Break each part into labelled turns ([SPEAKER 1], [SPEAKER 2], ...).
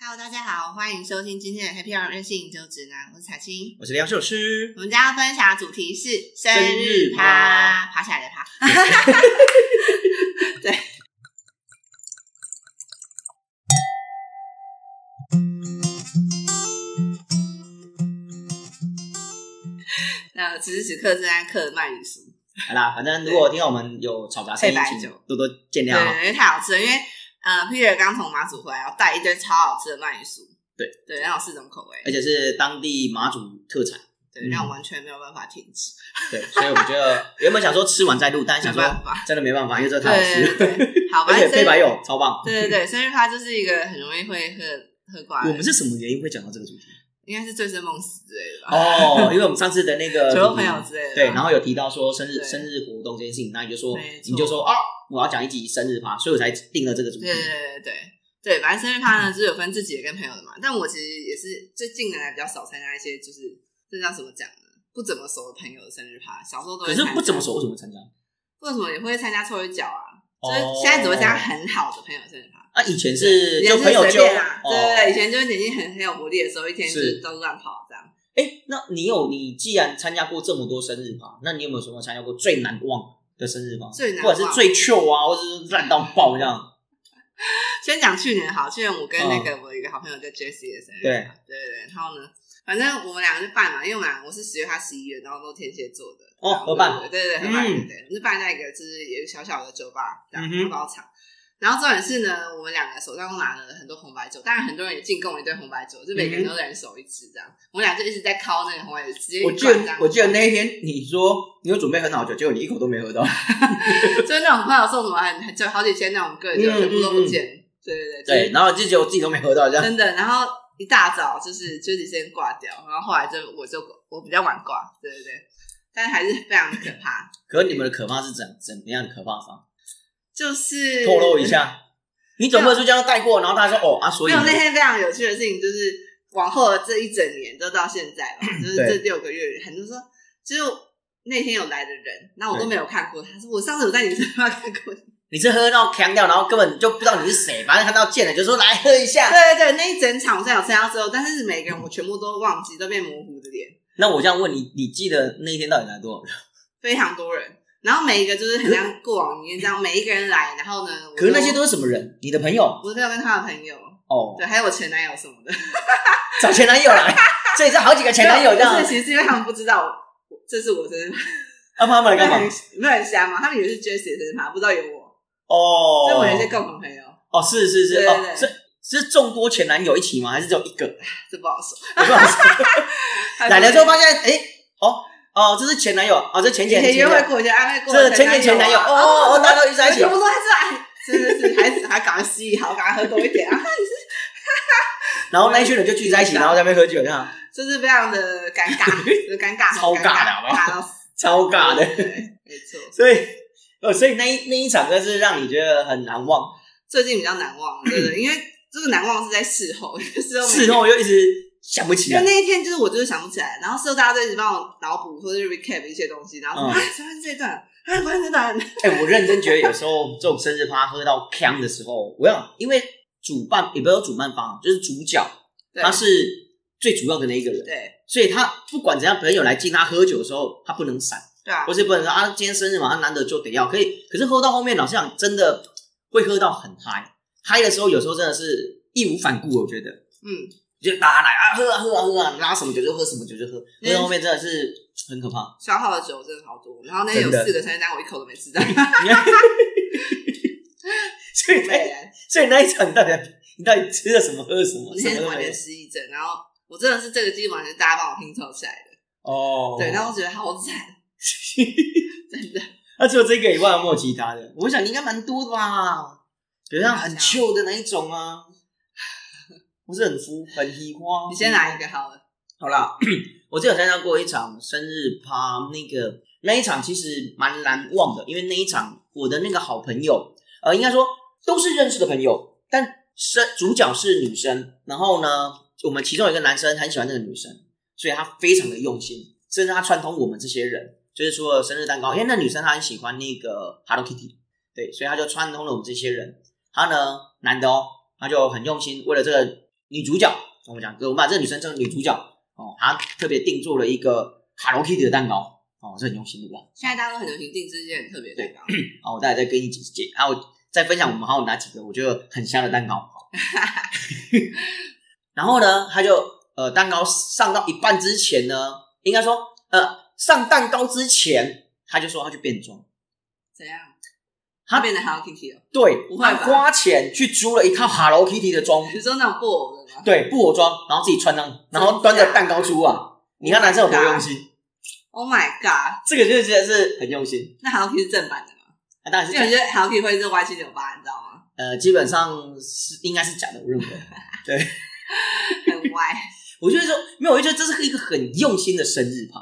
[SPEAKER 1] Hello，大家好，欢迎收听今天的 Happy Hour 任性饮酒指南，我是彩青。
[SPEAKER 2] 我是梁秀诗
[SPEAKER 1] 我，们今天要分享的主题是生日
[SPEAKER 2] 日趴
[SPEAKER 1] 趴，爬起来的趴。 对。那此时此刻正在嗑麦乳酥，
[SPEAKER 2] 好啦，反正如果听到我们有吵杂声音
[SPEAKER 1] 配白，
[SPEAKER 2] 请
[SPEAKER 1] 酒
[SPEAKER 2] 多多见
[SPEAKER 1] 对，
[SPEAKER 2] 谅哦。
[SPEAKER 1] 因为太好吃了。因为呃，Peter 刚从马祖回来，然后带一堆超好吃的麦乳酥，
[SPEAKER 2] 对
[SPEAKER 1] 对，然后有四种口味，
[SPEAKER 2] 而且是当地马祖特产，
[SPEAKER 1] 对，
[SPEAKER 2] 嗯
[SPEAKER 1] 让我完全没有办法停止，
[SPEAKER 2] 对，所以我们觉得原本想说吃完再录，但是
[SPEAKER 1] 没
[SPEAKER 2] 想
[SPEAKER 1] 办
[SPEAKER 2] 说
[SPEAKER 1] 法。
[SPEAKER 2] 真的没办法，因为这太好
[SPEAKER 1] 对对
[SPEAKER 2] 吃，
[SPEAKER 1] 对，好，
[SPEAKER 2] 而
[SPEAKER 1] 反
[SPEAKER 2] 且
[SPEAKER 1] 正
[SPEAKER 2] 配白柚超棒。
[SPEAKER 1] 对对对，生日趴就是一个很容易会喝喝挂的，
[SPEAKER 2] 我们是什么原因会讲到这个主 题？
[SPEAKER 1] 应该是醉生梦死之类的吧，
[SPEAKER 2] 哦，因为我们上次的那个
[SPEAKER 1] 酒
[SPEAKER 2] 主
[SPEAKER 1] 肉
[SPEAKER 2] 题
[SPEAKER 1] 朋友之类的吧。
[SPEAKER 2] 对，然后有提到说生日
[SPEAKER 1] 对
[SPEAKER 2] 生日活动这件事情，那你就说
[SPEAKER 1] 没错
[SPEAKER 2] 你就说哦，我要讲一集生日趴，所以我才定了这个主题
[SPEAKER 1] 对。对对对对对，反正生日趴呢，就是有分自己的跟朋友的嘛。但我其实也是最近年来比较少参加一些，就是这叫什么讲呢？不怎么熟的朋友的生日趴，小时候都会
[SPEAKER 2] 可
[SPEAKER 1] 参
[SPEAKER 2] 是
[SPEAKER 1] 加
[SPEAKER 2] 不怎么熟，，为什么会参加？
[SPEAKER 1] 为什么也会参加抽一脚啊？就是
[SPEAKER 2] 哦
[SPEAKER 1] 现在只会参加很好的朋友生日趴。
[SPEAKER 2] 啊，以前是
[SPEAKER 1] 以前
[SPEAKER 2] 就是朋友
[SPEAKER 1] 随
[SPEAKER 2] 就
[SPEAKER 1] 便啊，对对对，以
[SPEAKER 2] 哦
[SPEAKER 1] 前就是年纪很很有活力的时候，一天就是是到处乱跑这样。
[SPEAKER 2] 哎，那你有你既然参加过这么多生日趴，那你有没有什么参加过最难忘的生日趴？
[SPEAKER 1] 最难
[SPEAKER 2] 或
[SPEAKER 1] 忘
[SPEAKER 2] 者是最糗啊，或者是烂到爆这样？
[SPEAKER 1] 先讲去年好，去年我跟那个、我有一个好朋友叫 Jessie 的生日，
[SPEAKER 2] 嗯对
[SPEAKER 1] 对对对，然后呢，反正我们两个就办嘛，因为我们俩我是十月，他十一月，然后都天蝎座的，
[SPEAKER 2] 哦
[SPEAKER 1] 然后
[SPEAKER 2] 合办
[SPEAKER 1] 对对对，合办，对
[SPEAKER 2] 嗯
[SPEAKER 1] 对，我们就办在一个就是有一个小小的酒吧，这样
[SPEAKER 2] 嗯哼
[SPEAKER 1] 包场。然后重点是呢，我们两个手上都拿了很多红白酒，当然很多人也进贡一堆红白酒，就每个人
[SPEAKER 2] 嗯哼
[SPEAKER 1] 都人手一支这样。我们俩就一直在敲那个红白酒，直接
[SPEAKER 2] 我
[SPEAKER 1] 一
[SPEAKER 2] 记
[SPEAKER 1] 罐
[SPEAKER 2] 得
[SPEAKER 1] 这样
[SPEAKER 2] 我记得那一天你说你有准备很好酒，结果你一口都没喝到。
[SPEAKER 1] 就是那种朋友送什么很很就好几千那种个人酒，
[SPEAKER 2] 嗯
[SPEAKER 1] 全部都不
[SPEAKER 2] 嗯嗯
[SPEAKER 1] 见。对对对，就是
[SPEAKER 2] 对，然后就觉得我自己都没喝 到这样。
[SPEAKER 1] 真的。然后一大早就是就是先挂掉，然后后来就我就我比较晚挂，对对对，但是还是非常可怕。
[SPEAKER 2] 可是你们的可怕是怎怎么样的可怕法？
[SPEAKER 1] 就是
[SPEAKER 2] 透露一，下，你总不能说这样带过，然后大家说哦啊，所
[SPEAKER 1] 没
[SPEAKER 2] 以
[SPEAKER 1] 有
[SPEAKER 2] 呢
[SPEAKER 1] 那天非常有趣的事情，就是往后的这一整年都到现在吧， 就是这
[SPEAKER 2] 对
[SPEAKER 1] 六个月，很多说就是那天有来的人，那我都
[SPEAKER 2] 对
[SPEAKER 1] 没有看过他，说我上次有在你身上看过你，
[SPEAKER 2] 你是喝到呛掉，然后根本就不知道你是谁，反正看到见了就说来喝一下。
[SPEAKER 1] 对对对，那一整场我虽然有参加之后，但是每个人我全部都忘记，都变模糊的脸。
[SPEAKER 2] 那我这样问你，你记得那一天到底来多少人？
[SPEAKER 1] 非常多人，然后每一个就是很像过往一样，这样每一个人来，然后呢，我
[SPEAKER 2] 可是那些
[SPEAKER 1] 都
[SPEAKER 2] 都是什么人？你的朋友
[SPEAKER 1] 我都有跟他的朋友，
[SPEAKER 2] 哦，
[SPEAKER 1] 对，还有我前男友什么的，
[SPEAKER 2] 找前男友 来，所以是好几个前男友这样
[SPEAKER 1] 不。是，其实是因为他们不知道我我这是我生日趴，
[SPEAKER 2] 啊，他们来
[SPEAKER 1] 没有
[SPEAKER 2] 干
[SPEAKER 1] 很
[SPEAKER 2] 嘛？
[SPEAKER 1] 没有很瞎嘛，他们以为是 Jessie 的生日趴，不知道有我，所以我有一些
[SPEAKER 2] 哦，
[SPEAKER 1] 共同朋友，
[SPEAKER 2] 哦，是是是，
[SPEAKER 1] 对对对
[SPEAKER 2] 哦，是是众多前男友一起吗？还是只有一 个？
[SPEAKER 1] 这不好说。
[SPEAKER 2] 我不知道来了之
[SPEAKER 1] 就
[SPEAKER 2] 后发现，哎，哦哦，这是前男友，哦，这是前
[SPEAKER 1] 以
[SPEAKER 2] 前
[SPEAKER 1] 前
[SPEAKER 2] 前
[SPEAKER 1] 约会
[SPEAKER 2] 前，
[SPEAKER 1] 过，就暧昧过，
[SPEAKER 2] 这是前前前男友，哦哦，哦，大家都一直在一起
[SPEAKER 1] 全。 部都在这里。真的啊是，还还赶快吸引好，赶快喝多一点啊！
[SPEAKER 2] 然后那一群人就聚在一起，然后在那边喝酒，这样
[SPEAKER 1] 就是非常的尴 尬，就是尴尬，
[SPEAKER 2] 超
[SPEAKER 1] 尴
[SPEAKER 2] 尬的好不好
[SPEAKER 1] 尬到死，
[SPEAKER 2] 超尬的。
[SPEAKER 1] 对，没错。
[SPEAKER 2] 所以，哦，所以那一那一场真是让你觉得很难忘。
[SPEAKER 1] 最近比较难忘，对不对？因为这个难忘是在事后，因为事后每
[SPEAKER 2] 事后又一直想不起
[SPEAKER 1] 因为
[SPEAKER 2] 来。
[SPEAKER 1] 那一天就是我就是想不起来，然后事后大家都一直帮我脑补或者是 recap 一些东西，然后说、
[SPEAKER 2] 嗯
[SPEAKER 1] 啊，发现这一段，啊，发现这段，
[SPEAKER 2] 哎、我认真觉得有时候这种生日趴喝到呛的时候，我想，因为主办也不是说主办方，啊就是主角
[SPEAKER 1] 对
[SPEAKER 2] 他是最主要的那一个人，
[SPEAKER 1] 对
[SPEAKER 2] 所以他不管怎样，朋友来敬他喝酒的时候，他不能闪，
[SPEAKER 1] 对啊
[SPEAKER 2] 或，是不能说啊，今天生日嘛，他难得就得要。可以，可是喝到后面，老实讲，真的会喝到很嗨，嗨的时候有时候真的是义无反顾，我觉得。
[SPEAKER 1] 嗯，
[SPEAKER 2] 就大家来啊，喝啊喝啊喝啊，拉什么酒就喝什么酒就喝，
[SPEAKER 1] 嗯
[SPEAKER 2] 喝到后面真的是很可怕。
[SPEAKER 1] 消耗的酒真的好多，然后那天有
[SPEAKER 2] 真的
[SPEAKER 1] 四个生日单，我一口都没 吃到，
[SPEAKER 2] 你看所以那
[SPEAKER 1] 美人，
[SPEAKER 2] 所以那一场你到底你到底吃了什么喝了什么
[SPEAKER 1] 我？那
[SPEAKER 2] 什么
[SPEAKER 1] 天
[SPEAKER 2] 都
[SPEAKER 1] 完
[SPEAKER 2] 没有
[SPEAKER 1] 全。失忆症，然后我真的是这个基本上是大家帮我拼凑起来的，
[SPEAKER 2] 哦，
[SPEAKER 1] 对， 然后我觉得好惨， 真的，
[SPEAKER 2] 那除了这个以外，有没有其他的？我想你应该蛮多的吧，比如像很旧的那一种啊， 不是很浮很喜花。
[SPEAKER 1] 你先来一个好了，
[SPEAKER 2] 好啦， 我之前有参加过一场生日趴，那个那一场其实蛮难忘的，因为那一场我的那个好朋友，呃，应该说都是认识的朋友，呃但是主角是女生，然后呢，我们其中有一个男生很喜欢那个女生，所以他非常的用心，甚至他串通我们这些人，就是除了生日蛋糕，因为那女生她很喜欢那个 Hello Kitty，对，所以他就串通了我们这些人，他呢男的哦，他就很用心，为了这个女主角，我们讲，我们把这个女生称为女主角哦，她特别定做了一个 Hello Kitty 的蛋糕哦，这很用心，对不对？
[SPEAKER 1] 现在大家都很流行定制一些很特别的蛋糕，
[SPEAKER 2] 好，我待会再跟你解释解，然后再分享我们还有哪几个我觉得很香的蛋糕。好 然后呢，他就呃，蛋糕上到一半之前呢，应该说呃，上蛋糕之前，他就说他去变装，
[SPEAKER 1] 怎样？
[SPEAKER 2] 他
[SPEAKER 1] 它变得 Hello Kitty 了，
[SPEAKER 2] 对，
[SPEAKER 1] 不会
[SPEAKER 2] 他
[SPEAKER 1] 吧
[SPEAKER 2] 花钱去租了一套 Hello Kitty 的装
[SPEAKER 1] 比，如说那种布偶的吗？
[SPEAKER 2] 对，布偶装，然后自己穿上，然后端着蛋糕出啊，你看男生有多用心，
[SPEAKER 1] Oh my god！
[SPEAKER 2] 这个就真的是很用心。
[SPEAKER 1] 那 Hello Kitty 是正版的吗？
[SPEAKER 2] 那当然
[SPEAKER 1] 因
[SPEAKER 2] 是
[SPEAKER 1] 为我
[SPEAKER 2] 假，
[SPEAKER 1] 觉得 Hello Kitty 会是歪七扭八，你知道吗？
[SPEAKER 2] 呃，基本上是应该是假的，我认为。
[SPEAKER 1] 很歪。
[SPEAKER 2] 我就会说没有，我就觉得这是一个很用心的生日趴。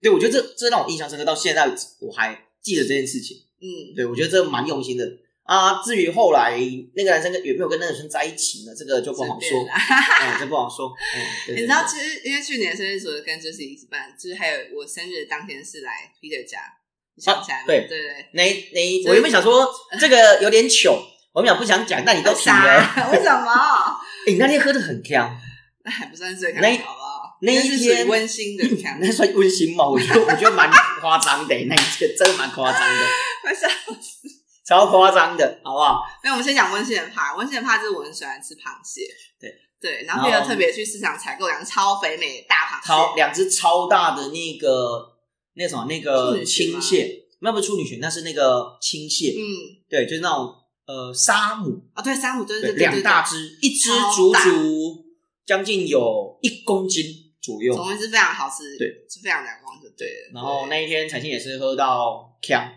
[SPEAKER 2] 对，我觉得这这让我印象深刻，到现在我还记得这件事情。
[SPEAKER 1] 嗯，
[SPEAKER 2] 对，我觉得这蛮用心的啊。至于后来那个男生跟有没有跟那个女生在一起呢？这个就不好
[SPEAKER 1] 随
[SPEAKER 2] 说
[SPEAKER 1] 便，啦。
[SPEAKER 2] 嗯，这不好说。嗯，对
[SPEAKER 1] 你知道，，其实因为去年生日除了跟 Jesse 一起办，就是还有我生日当天是来 Peter 家，你想起来吗？
[SPEAKER 2] 啊对
[SPEAKER 1] 对对，
[SPEAKER 2] 对对那那
[SPEAKER 1] 所以
[SPEAKER 2] 我原本想说这个有点糗，我原本想不想讲，但你都提了。哎
[SPEAKER 1] 傻，为什么？
[SPEAKER 2] 哎，你那天喝的很呛，
[SPEAKER 1] 那还不算最
[SPEAKER 2] 那
[SPEAKER 1] 开心，好不好？
[SPEAKER 2] 那一
[SPEAKER 1] 是属于
[SPEAKER 2] 天
[SPEAKER 1] 温馨的 看，
[SPEAKER 2] 那算温馨吗？我觉得我觉得蛮夸张的，那一天真的蛮夸张的，
[SPEAKER 1] 我想
[SPEAKER 2] 超夸张的，好不好？
[SPEAKER 1] 那我们先讲温馨的趴，温馨的趴就是我很喜欢吃螃蟹，
[SPEAKER 2] 对
[SPEAKER 1] 对，然
[SPEAKER 2] 然后
[SPEAKER 1] 后又特别去市场采购两个超肥美的大螃
[SPEAKER 2] 超
[SPEAKER 1] 蟹，
[SPEAKER 2] 两只超大的那个那什么那
[SPEAKER 1] 处
[SPEAKER 2] 个
[SPEAKER 1] 女裙
[SPEAKER 2] 青
[SPEAKER 1] 吗
[SPEAKER 2] 蟹，那不是处女裙，那是那个青蟹，
[SPEAKER 1] 嗯，
[SPEAKER 2] 对，就是那种呃沙姆，
[SPEAKER 1] 啊对，山姆对
[SPEAKER 2] 对，
[SPEAKER 1] 对对
[SPEAKER 2] 两
[SPEAKER 1] 对
[SPEAKER 2] 大
[SPEAKER 1] 对，
[SPEAKER 2] 只，一只
[SPEAKER 1] 超
[SPEAKER 2] 足
[SPEAKER 1] 大
[SPEAKER 2] 足将近有一公斤左右。
[SPEAKER 1] 总之是非常好吃，
[SPEAKER 2] 对，
[SPEAKER 1] 是非常难忘，就对了。
[SPEAKER 2] 然后
[SPEAKER 1] 对
[SPEAKER 2] 那一天彩信也是喝到呛，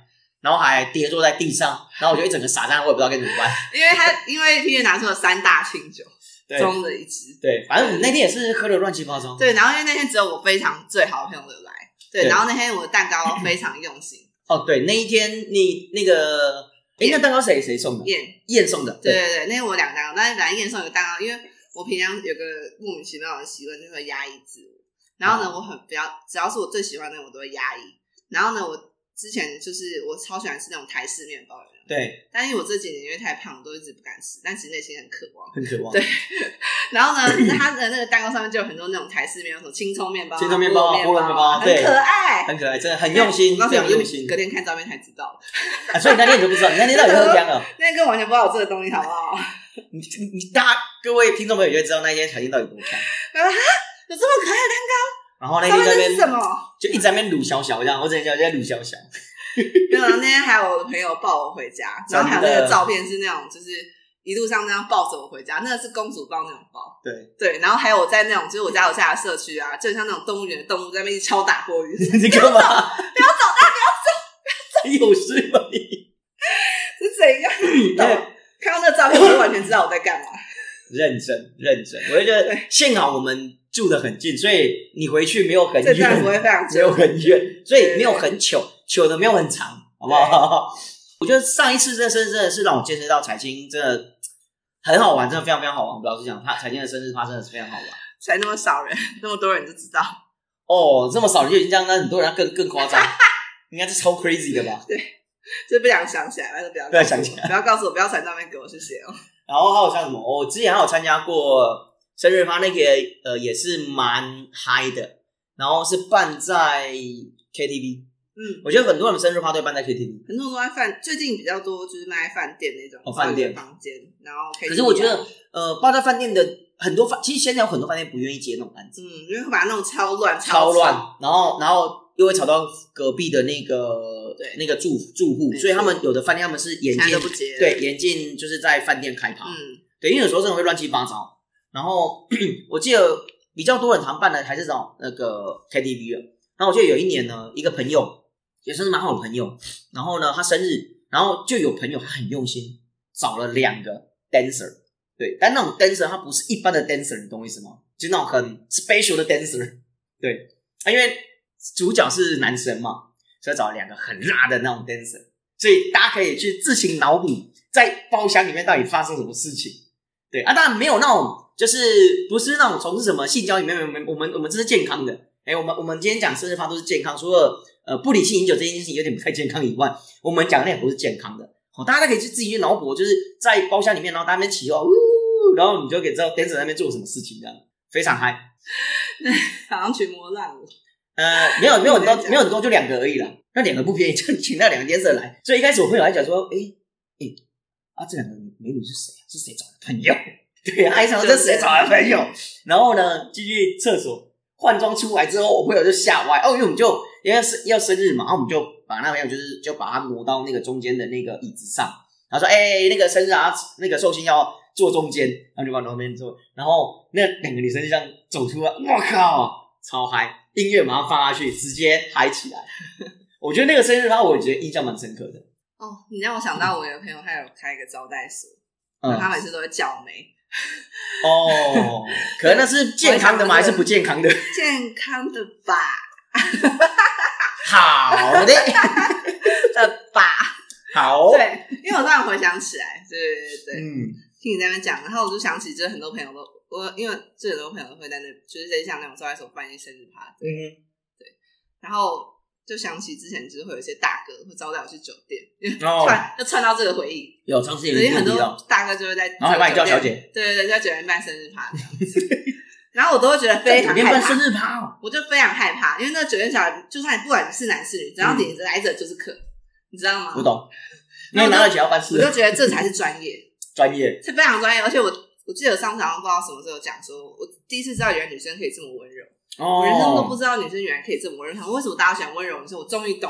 [SPEAKER 2] 然后还跌坐在地上，然后我就一整个傻蛋，我也不知道该怎么 办。
[SPEAKER 1] 因为他因为 Peter 拿出了三大清酒
[SPEAKER 2] 对
[SPEAKER 1] 中的一支，
[SPEAKER 2] 对，反正我们那天也是喝的乱七八糟。
[SPEAKER 1] 对，然后因为那天只有我非常最好的朋友的来，对，
[SPEAKER 2] 对
[SPEAKER 1] 然后那天我的蛋糕非常用心，
[SPEAKER 2] 哦，对，那一天你那个，哎，那蛋糕谁谁送的？
[SPEAKER 1] 燕
[SPEAKER 2] 燕送的。
[SPEAKER 1] 对对对，那天我两个蛋糕，但是本来燕送有个蛋糕，因为我平常有个莫名其妙的习惯，就会压抑自我。然后呢，我很比较，只要是我最喜欢的，我都会压抑。然后呢，我之前就是我超喜欢吃那种台式面包有没有
[SPEAKER 2] 对，
[SPEAKER 1] 但因为我这几年因为太胖，我都一直不敢吃，但其实内心很渴望。
[SPEAKER 2] 很渴望。
[SPEAKER 1] 对然后呢，它的那个蛋糕上面就有很多那种台式面包，什么青葱面包啊、
[SPEAKER 2] 青葱面包啊
[SPEAKER 1] 菠萝面
[SPEAKER 2] 菠萝面包
[SPEAKER 1] 啊
[SPEAKER 2] 对
[SPEAKER 1] 很可爱，
[SPEAKER 2] 很可爱，真的很用心，
[SPEAKER 1] 我告诉
[SPEAKER 2] 非
[SPEAKER 1] 你
[SPEAKER 2] 常
[SPEAKER 1] 我
[SPEAKER 2] 用
[SPEAKER 1] 就是
[SPEAKER 2] 心
[SPEAKER 1] 隔。天看照片才知道，
[SPEAKER 2] 啊所以你那天你都不知道，你那天到底喝 僵了。
[SPEAKER 1] 那天根本完全不知道有这个东西，好不好？
[SPEAKER 2] 哦你你你大家各位听众朋友就会知道那一天彩信到底多呛。
[SPEAKER 1] 有这么可爱的
[SPEAKER 2] 然后那
[SPEAKER 1] 蛋糕，
[SPEAKER 2] 天在
[SPEAKER 1] 上
[SPEAKER 2] 那
[SPEAKER 1] 面是什
[SPEAKER 2] 边
[SPEAKER 1] 么？
[SPEAKER 2] 就一直在那边卤小小这样，我只能讲在卤小 小。
[SPEAKER 1] 对啊，那天还有我的朋友抱我回家，然后还有那个照片是那种就是一路上那样抱着我回家，那个是公主抱那种抱。
[SPEAKER 2] 对，
[SPEAKER 1] 对，然后还有我在那种就是我家楼下的社区啊，就很像那种动物园的动物在那边一直敲打玻 璃，
[SPEAKER 2] 你干嘛？不 要走，不要走，不要走，有事吗你？
[SPEAKER 1] 是怎样？你懂吗看到那个照片，我就完全知道我在干嘛。
[SPEAKER 2] 认真认真，我就觉得幸好我们住的很近，所以你回去没有很
[SPEAKER 1] 这段
[SPEAKER 2] 远
[SPEAKER 1] 不，会非常
[SPEAKER 2] 没有
[SPEAKER 1] 久，
[SPEAKER 2] 很远，所以
[SPEAKER 1] 对
[SPEAKER 2] 没有很糗，糗的没有很长，好不好？我觉得上一次这生日真的是让我见识到彩青真的很好玩，真的非常非常好玩。我老实讲，他彩青的生日趴真的是非常好玩。
[SPEAKER 1] 才那么少人， 那么多人就知道。
[SPEAKER 2] 哦，这么少就已经这样，那很多人更更夸张，应该是超 crazy 的吧？
[SPEAKER 1] 就不想想起来，但是不要
[SPEAKER 2] 不要想起
[SPEAKER 1] 来，不要告诉我，不要传照片给我，谢谢哦。
[SPEAKER 2] 然后还有像什么，我之前还有参加过生日趴，那个呃也是蛮嗨的，然后是办在 KTV，
[SPEAKER 1] 嗯，
[SPEAKER 2] 我觉得很多人生日趴都会办在 KTV，
[SPEAKER 1] 很多人都在饭，最近比较多就是卖在饭店那种，
[SPEAKER 2] 哦饭店
[SPEAKER 1] 房间，然后以
[SPEAKER 2] 可是我觉得呃办在饭店的很多饭，其实现在有很多饭店不愿意接那种单子，
[SPEAKER 1] 嗯，因为会把它弄超乱，
[SPEAKER 2] 超
[SPEAKER 1] 乱
[SPEAKER 2] 乱，，然后然后又会吵到隔壁的那个
[SPEAKER 1] 对
[SPEAKER 2] 那个住住户，
[SPEAKER 1] 没错
[SPEAKER 2] 所以他们有的饭店他们是严
[SPEAKER 1] 现在
[SPEAKER 2] 禁
[SPEAKER 1] 都不接。
[SPEAKER 2] 对，严禁就是在饭店开趴，
[SPEAKER 1] 嗯，
[SPEAKER 2] 对，因为有时候真的会乱七八糟。然后 我记得比较多人常办的还是这种那个 KTV 了。然后我记得有一年呢，一个朋友也算是蛮好的朋友，然后呢他生日，然后就有朋友他很用心找了两个 dancer，对，但那种 dancer 他不是一般的 dancer，你懂我意思吗？就是那种很 special 的 dancer，对， 啊因为主角是男生嘛，所以找了两个很辣的那种 dancer，所以大家可以去自行脑补在包厢里面到底发生什么事情。对啊，当然没有那种，就是不是那种从事什么性交易，没有没有，我们我们这是健康的。哎、我们我们今天讲生日趴都是健康，除了呃不理性饮酒这件事情有点不太健康以外，我们讲的那也不是健康的。哦，大家可以去自己去脑补，就是在包厢里面，然后大家在那边起哦，呜然后你就可以知道 dancer 在那边做什么事情，这样非常嗨。
[SPEAKER 1] 好像群魔乱舞。
[SPEAKER 2] 呃，没有没有很多
[SPEAKER 1] 你在，讲
[SPEAKER 2] 没有很多，就两个而已啦。那两个不便宜，就请那两个 dancer 来。所以一开始我朋友还讲说，哎、哎、啊，这两个美女是谁啊？是谁找的朋友？ 对啊，还想说这是谁找的朋友？然后呢，进去厕所换装出来之后，我朋友就吓歪哦，因为我们就因为是要生日嘛，然后我们就把那朋友就是就把他挪到那个中间的那个椅子上，然后说：“哎、那个生日啊，那个寿星要坐中间。”然后就把挪到那边坐，然后那两个女生就这样走出来，我靠，超嗨！音乐马上放下去，直接嗨起来。 我觉得那个生日趴，我觉得印象蛮深刻的。
[SPEAKER 1] 哦，你让我想到我有朋友，他有开一个招待所，
[SPEAKER 2] 嗯，
[SPEAKER 1] 他每次都会叫梅，
[SPEAKER 2] 哦，可能那是健康的吗？还是不健康的？
[SPEAKER 1] 健康的吧，
[SPEAKER 2] 好的，
[SPEAKER 1] 的吧，
[SPEAKER 2] 好，
[SPEAKER 1] 对，因为我突然回想起来，对对对对，
[SPEAKER 2] 嗯，
[SPEAKER 1] 听你在那边讲，然后我就想起，就是很多朋友都我，因为就很多朋友会在那，就是在像那种招待所办一些生日趴，
[SPEAKER 2] 嗯
[SPEAKER 1] 然后就想起之前就是会有一些大哥会招待我去酒店，
[SPEAKER 2] 哦
[SPEAKER 1] 串就串到这个回忆，
[SPEAKER 2] 有上次有
[SPEAKER 1] 所以
[SPEAKER 2] 人
[SPEAKER 1] 很
[SPEAKER 2] 提
[SPEAKER 1] 多
[SPEAKER 2] 到，
[SPEAKER 1] 大哥就会在，
[SPEAKER 2] 然后还把你叫小，姐，
[SPEAKER 1] 对对对，就在酒店办生日趴这样子，然后我都会觉得非
[SPEAKER 2] 在酒
[SPEAKER 1] 常
[SPEAKER 2] 店
[SPEAKER 1] 害
[SPEAKER 2] 办
[SPEAKER 1] 怕
[SPEAKER 2] 生。日趴哦，
[SPEAKER 1] 我就非常害怕，因为那酒店小孩，就算不管你是男是女，只要你来者就是客，你知道吗？
[SPEAKER 2] 嗯我，懂。因
[SPEAKER 1] 那
[SPEAKER 2] 为
[SPEAKER 1] 我就
[SPEAKER 2] 拿了钱要办
[SPEAKER 1] 我
[SPEAKER 2] 事，
[SPEAKER 1] 就觉得这才是专业。
[SPEAKER 2] 专业，
[SPEAKER 1] 是非常专业，而且我我记得我上次好像不知道什么时候讲说，我第一次知道原来女生可以这么温柔，
[SPEAKER 2] 哦
[SPEAKER 1] 我人生都不知道女生原来可以这么温柔。想为什么大家喜欢温柔女生？我终于懂，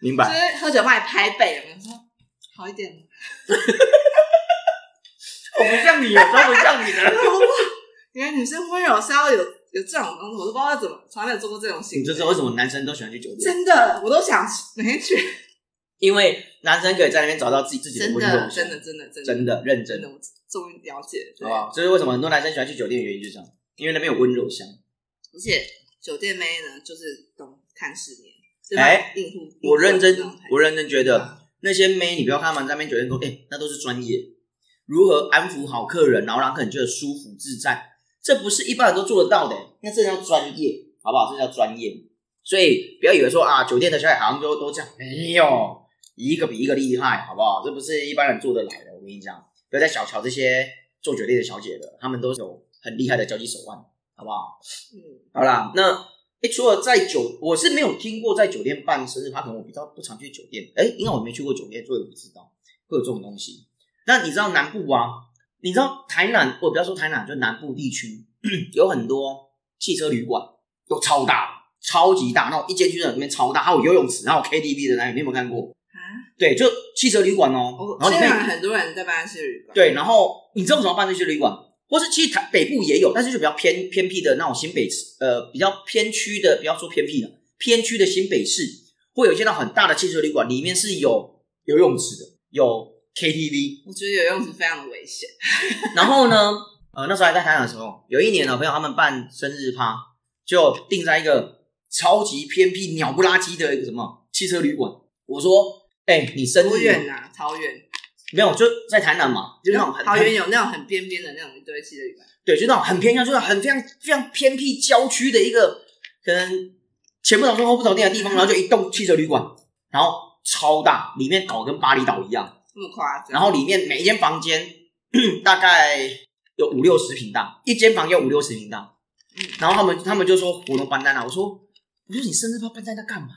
[SPEAKER 2] 明
[SPEAKER 1] 就
[SPEAKER 2] 白。
[SPEAKER 1] 是喝酒帮你拍背，我说好一点 吗？
[SPEAKER 2] 我不像你，我超不像你的。
[SPEAKER 1] 哇，原来女生温柔是要有有这种东西，我都不知道怎么，从来没有做过这种行
[SPEAKER 2] 你
[SPEAKER 1] 为
[SPEAKER 2] 这。是为什么男生都喜欢去酒店？
[SPEAKER 1] 真的，我都想每天去，
[SPEAKER 2] 因为男生可以在那边找到自己自己
[SPEAKER 1] 真
[SPEAKER 2] 温
[SPEAKER 1] 的，
[SPEAKER 2] 柔，
[SPEAKER 1] 真的，真的，真的，
[SPEAKER 2] 真的认
[SPEAKER 1] 真，
[SPEAKER 2] 真
[SPEAKER 1] 的，我终于了解
[SPEAKER 2] 好啊
[SPEAKER 1] 了。对
[SPEAKER 2] 不好？这是为什么很多男生喜欢去酒店的原因，就是这样，因为那边有温柔乡。
[SPEAKER 1] 而且酒店妹呢，就是懂看世面，
[SPEAKER 2] 哎
[SPEAKER 1] 哎，应付
[SPEAKER 2] 我认真，我
[SPEAKER 1] 认
[SPEAKER 2] 认真觉
[SPEAKER 1] 啊
[SPEAKER 2] 得那些妹，你不要看他们在那边酒店说，哎、那都是专业，如何安抚好客人，然后让客人觉得舒服自在，这不是一般人都做得到的、那这叫专业，好不好？这叫专业。所以不要以为说啊，酒店的小姐好像都都这样，没有一个比一个厉害，好不好？这不是一般人做得来的。我跟你讲，不要再小瞧这些做酒店的小姐了，她们都有很厉害的交际手腕，好不好？
[SPEAKER 1] 嗯，
[SPEAKER 2] 好啦，那诶、除了在酒，我是没有听过在酒店办生日趴，可能我比较不常去酒店。诶、因为我没去过酒店，所以我不知道会有这种东西。那你知道南部啊？你知道台南？我不要说台南，就南部地区有很多汽车旅馆，都超大，超级大，那种一间去的里面超大，还有游泳池，还有 KTV 的那种，你有没有看过？
[SPEAKER 1] 啊，
[SPEAKER 2] 对，就汽车旅馆哦
[SPEAKER 1] 我，
[SPEAKER 2] 然后
[SPEAKER 1] 现
[SPEAKER 2] 里面
[SPEAKER 1] 在很多人在办事旅馆，，
[SPEAKER 2] 对，然后你知道为什么要办这些旅馆？或是其实台北部也有，但是就比较偏偏僻的那种新北市，呃，比较偏区的，不要说偏僻了，偏区的新北市会有一些那种很大的汽车旅馆，里面是有游泳池的，有 KTV，
[SPEAKER 1] 我觉得游泳池非常的危险，
[SPEAKER 2] 然后呢，呃，那时候还在台南的时候，有一年呢，朋友他们办生日趴，就定在一个超级偏僻、鸟不拉几的一个什么汽车旅馆。我说，哎、你生
[SPEAKER 1] 多
[SPEAKER 2] 日
[SPEAKER 1] 远啊？桃园，
[SPEAKER 2] 没有？就在台南嘛，就那种很
[SPEAKER 1] 桃
[SPEAKER 2] 很
[SPEAKER 1] 园有那种很边边的那种一堆汽车旅馆，
[SPEAKER 2] 对，就那种很偏向，就是很非常非常偏僻郊区的一个可能前不着村后不着店的地方，然后就一栋汽车旅馆，然后超大，里面搞得跟巴厘岛一样，
[SPEAKER 1] 这么夸张？
[SPEAKER 2] 然后里面每一间房间 大概有五六十平大，一间房间有五六十平大
[SPEAKER 1] 嗯，
[SPEAKER 2] 然后他们他们就说活动办在哪，我说我说你生日趴办在那干嘛？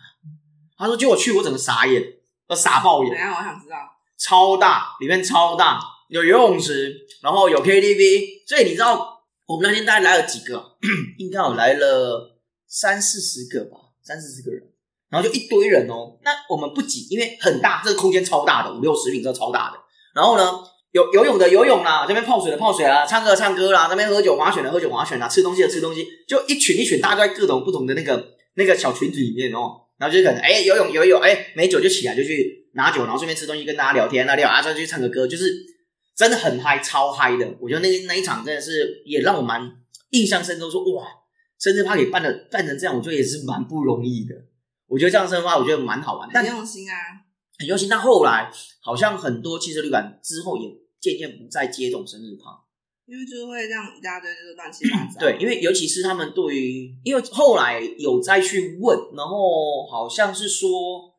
[SPEAKER 2] 他说结果去我整个傻眼，我傻爆眼
[SPEAKER 1] 等一，下我想知道，
[SPEAKER 2] 超大，里面超大，有游泳池，然后有 KTV，所以你知道我们那天大概来了几个， 应该有来了三四十个吧，三四十个人，然后就一堆人哦。那我们不挤，因为很大，这个空间超大的，五六十平，这超大的。然后呢，有游泳的游泳啦，这边泡水的泡水啦，唱歌的唱歌啦，那边喝酒划拳的喝酒划拳啦，吃东西的吃东西，就一群一群，大家都在各种不同的那个那个小群体里面哦。然后就是可能哎、游泳游泳哎、没酒就起来就去拿酒，然后顺便吃东西跟大家聊天啊聊啊，再去唱个歌，就是真的很嗨，超嗨的。我觉得那那一场真的是也让我蛮印象深刻，说哇，生日趴给办的办成这样，我觉得也是蛮不容易的。我觉得这样生日趴我觉得蛮好玩，但
[SPEAKER 1] 很用心啊，
[SPEAKER 2] 很用心。但后来好像很多汽车旅馆之后也渐渐不再接这种生日趴，
[SPEAKER 1] 因为就是会让一大堆就是乱七八糟，
[SPEAKER 2] 对，，因为尤其是他们对于，因为后来有再去问，然后好像是说，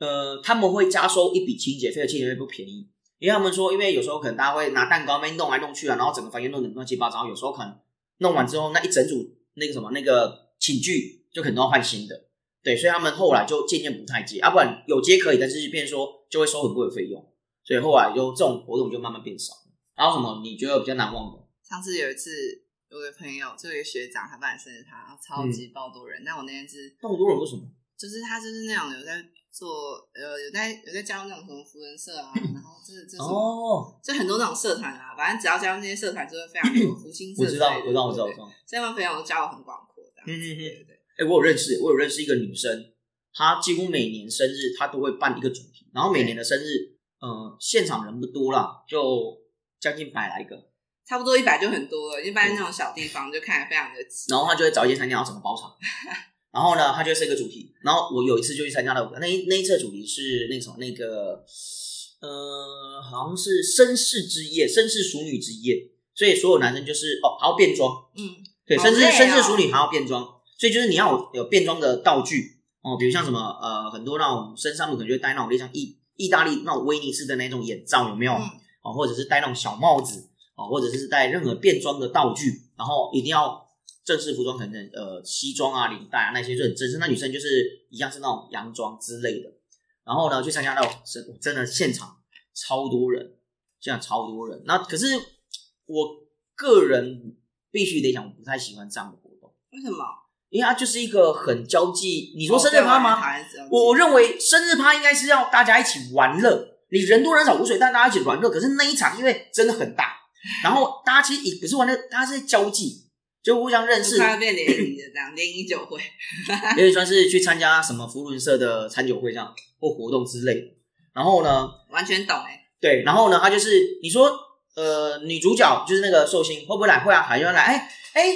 [SPEAKER 2] 呃，他们会加收一笔清洁费，而且清洁费不便宜，因为他们说，因为有时候可能大家会拿蛋糕那边弄来弄去啊，然后整个房间弄得乱七八糟。有时候可能弄完之后，那一整组那个什么那个寝具就可能要换新的。对，所以他们后来就渐渐不太接，要、啊、不然有接可以，但是变说就会收很贵的费用，所以后来就这种活动就慢慢变少了。然后什么你觉得比较难忘的？
[SPEAKER 1] 上次有一次，有个朋友，就有一个学长，他办生日趴，然后超
[SPEAKER 2] 嗯
[SPEAKER 1] 级爆多人。但我那天是，
[SPEAKER 2] 那么多人为什么？
[SPEAKER 1] 就是他就是那种有在做，呃，有在有在加入那种什么福人社 啊，然后这这是、
[SPEAKER 2] 哦，
[SPEAKER 1] 就很多那种社团啊，反正只要加入那些社团，就会非常 多福星社
[SPEAKER 2] 我
[SPEAKER 1] 之
[SPEAKER 2] 知
[SPEAKER 1] 类的
[SPEAKER 2] 道，我知道，我知道，我
[SPEAKER 1] 对
[SPEAKER 2] 知道。
[SPEAKER 1] 所以他们朋友交友很广阔的。啊
[SPEAKER 2] 嗯嗯嗯
[SPEAKER 1] 对对对，
[SPEAKER 2] 哎、我有认识，我有认识一个女生，她几乎每年生日她都会办一个主题，然后每年的生日，呃，现场人不多啦，就将近百来个，
[SPEAKER 1] 差不多一百就很多了，一般那种小地方就看得非常的挤。
[SPEAKER 2] 然后她就会找一间餐厅，然后整个包场，然后呢，她就会设一个主题，然后我有一次就去参加了，那一那一次的主题是那个什么那个，呃，好像是绅士之夜，绅士淑女之夜，所以所有男生就是哦还要变装，
[SPEAKER 1] 嗯，
[SPEAKER 2] 对，
[SPEAKER 1] 好
[SPEAKER 2] 甚至
[SPEAKER 1] 累哦
[SPEAKER 2] 甚至淑女还要变装，所以就是你要有有变装的道具哦，比如像什么呃，很多那种身上面可能就会戴那种类似像意意大利那种威尼斯的那种眼罩，有没有？
[SPEAKER 1] 嗯
[SPEAKER 2] 哦，或者是戴那种小帽子哦，或者是戴任何变装的道具，然后一定要正式服装，可能呃西装啊、领带啊那些就很正式。那女生就是一样是那种洋装之类的。然后呢，去参加到真真的现场超多人，现场超多人。那可是我个人必须得讲，我不太喜欢这样的活动，
[SPEAKER 1] 为什么？
[SPEAKER 2] 因为它就是一个很交际。你说生日
[SPEAKER 1] 哦对
[SPEAKER 2] 趴
[SPEAKER 1] 我也
[SPEAKER 2] 吗？
[SPEAKER 1] 讨厌这种
[SPEAKER 2] 我我
[SPEAKER 1] 挤
[SPEAKER 2] 认为生日趴应该是要大家一起玩乐，你人多人少无所谓，但大家一起玩乐。可是那一场因为真的很大，然后大家其实也不是玩乐，大家是在交际，就互相认识
[SPEAKER 1] 就，快要变联谊的这样，联谊酒会。
[SPEAKER 2] 有点算是去参加什么福伦社的餐酒会这样或活动之类的。然后呢，
[SPEAKER 1] 完全懂哎、
[SPEAKER 2] 对，然后呢，他就是你说，呃，女主角就是那个寿星，会不会来？会啊，海就会来。哎哎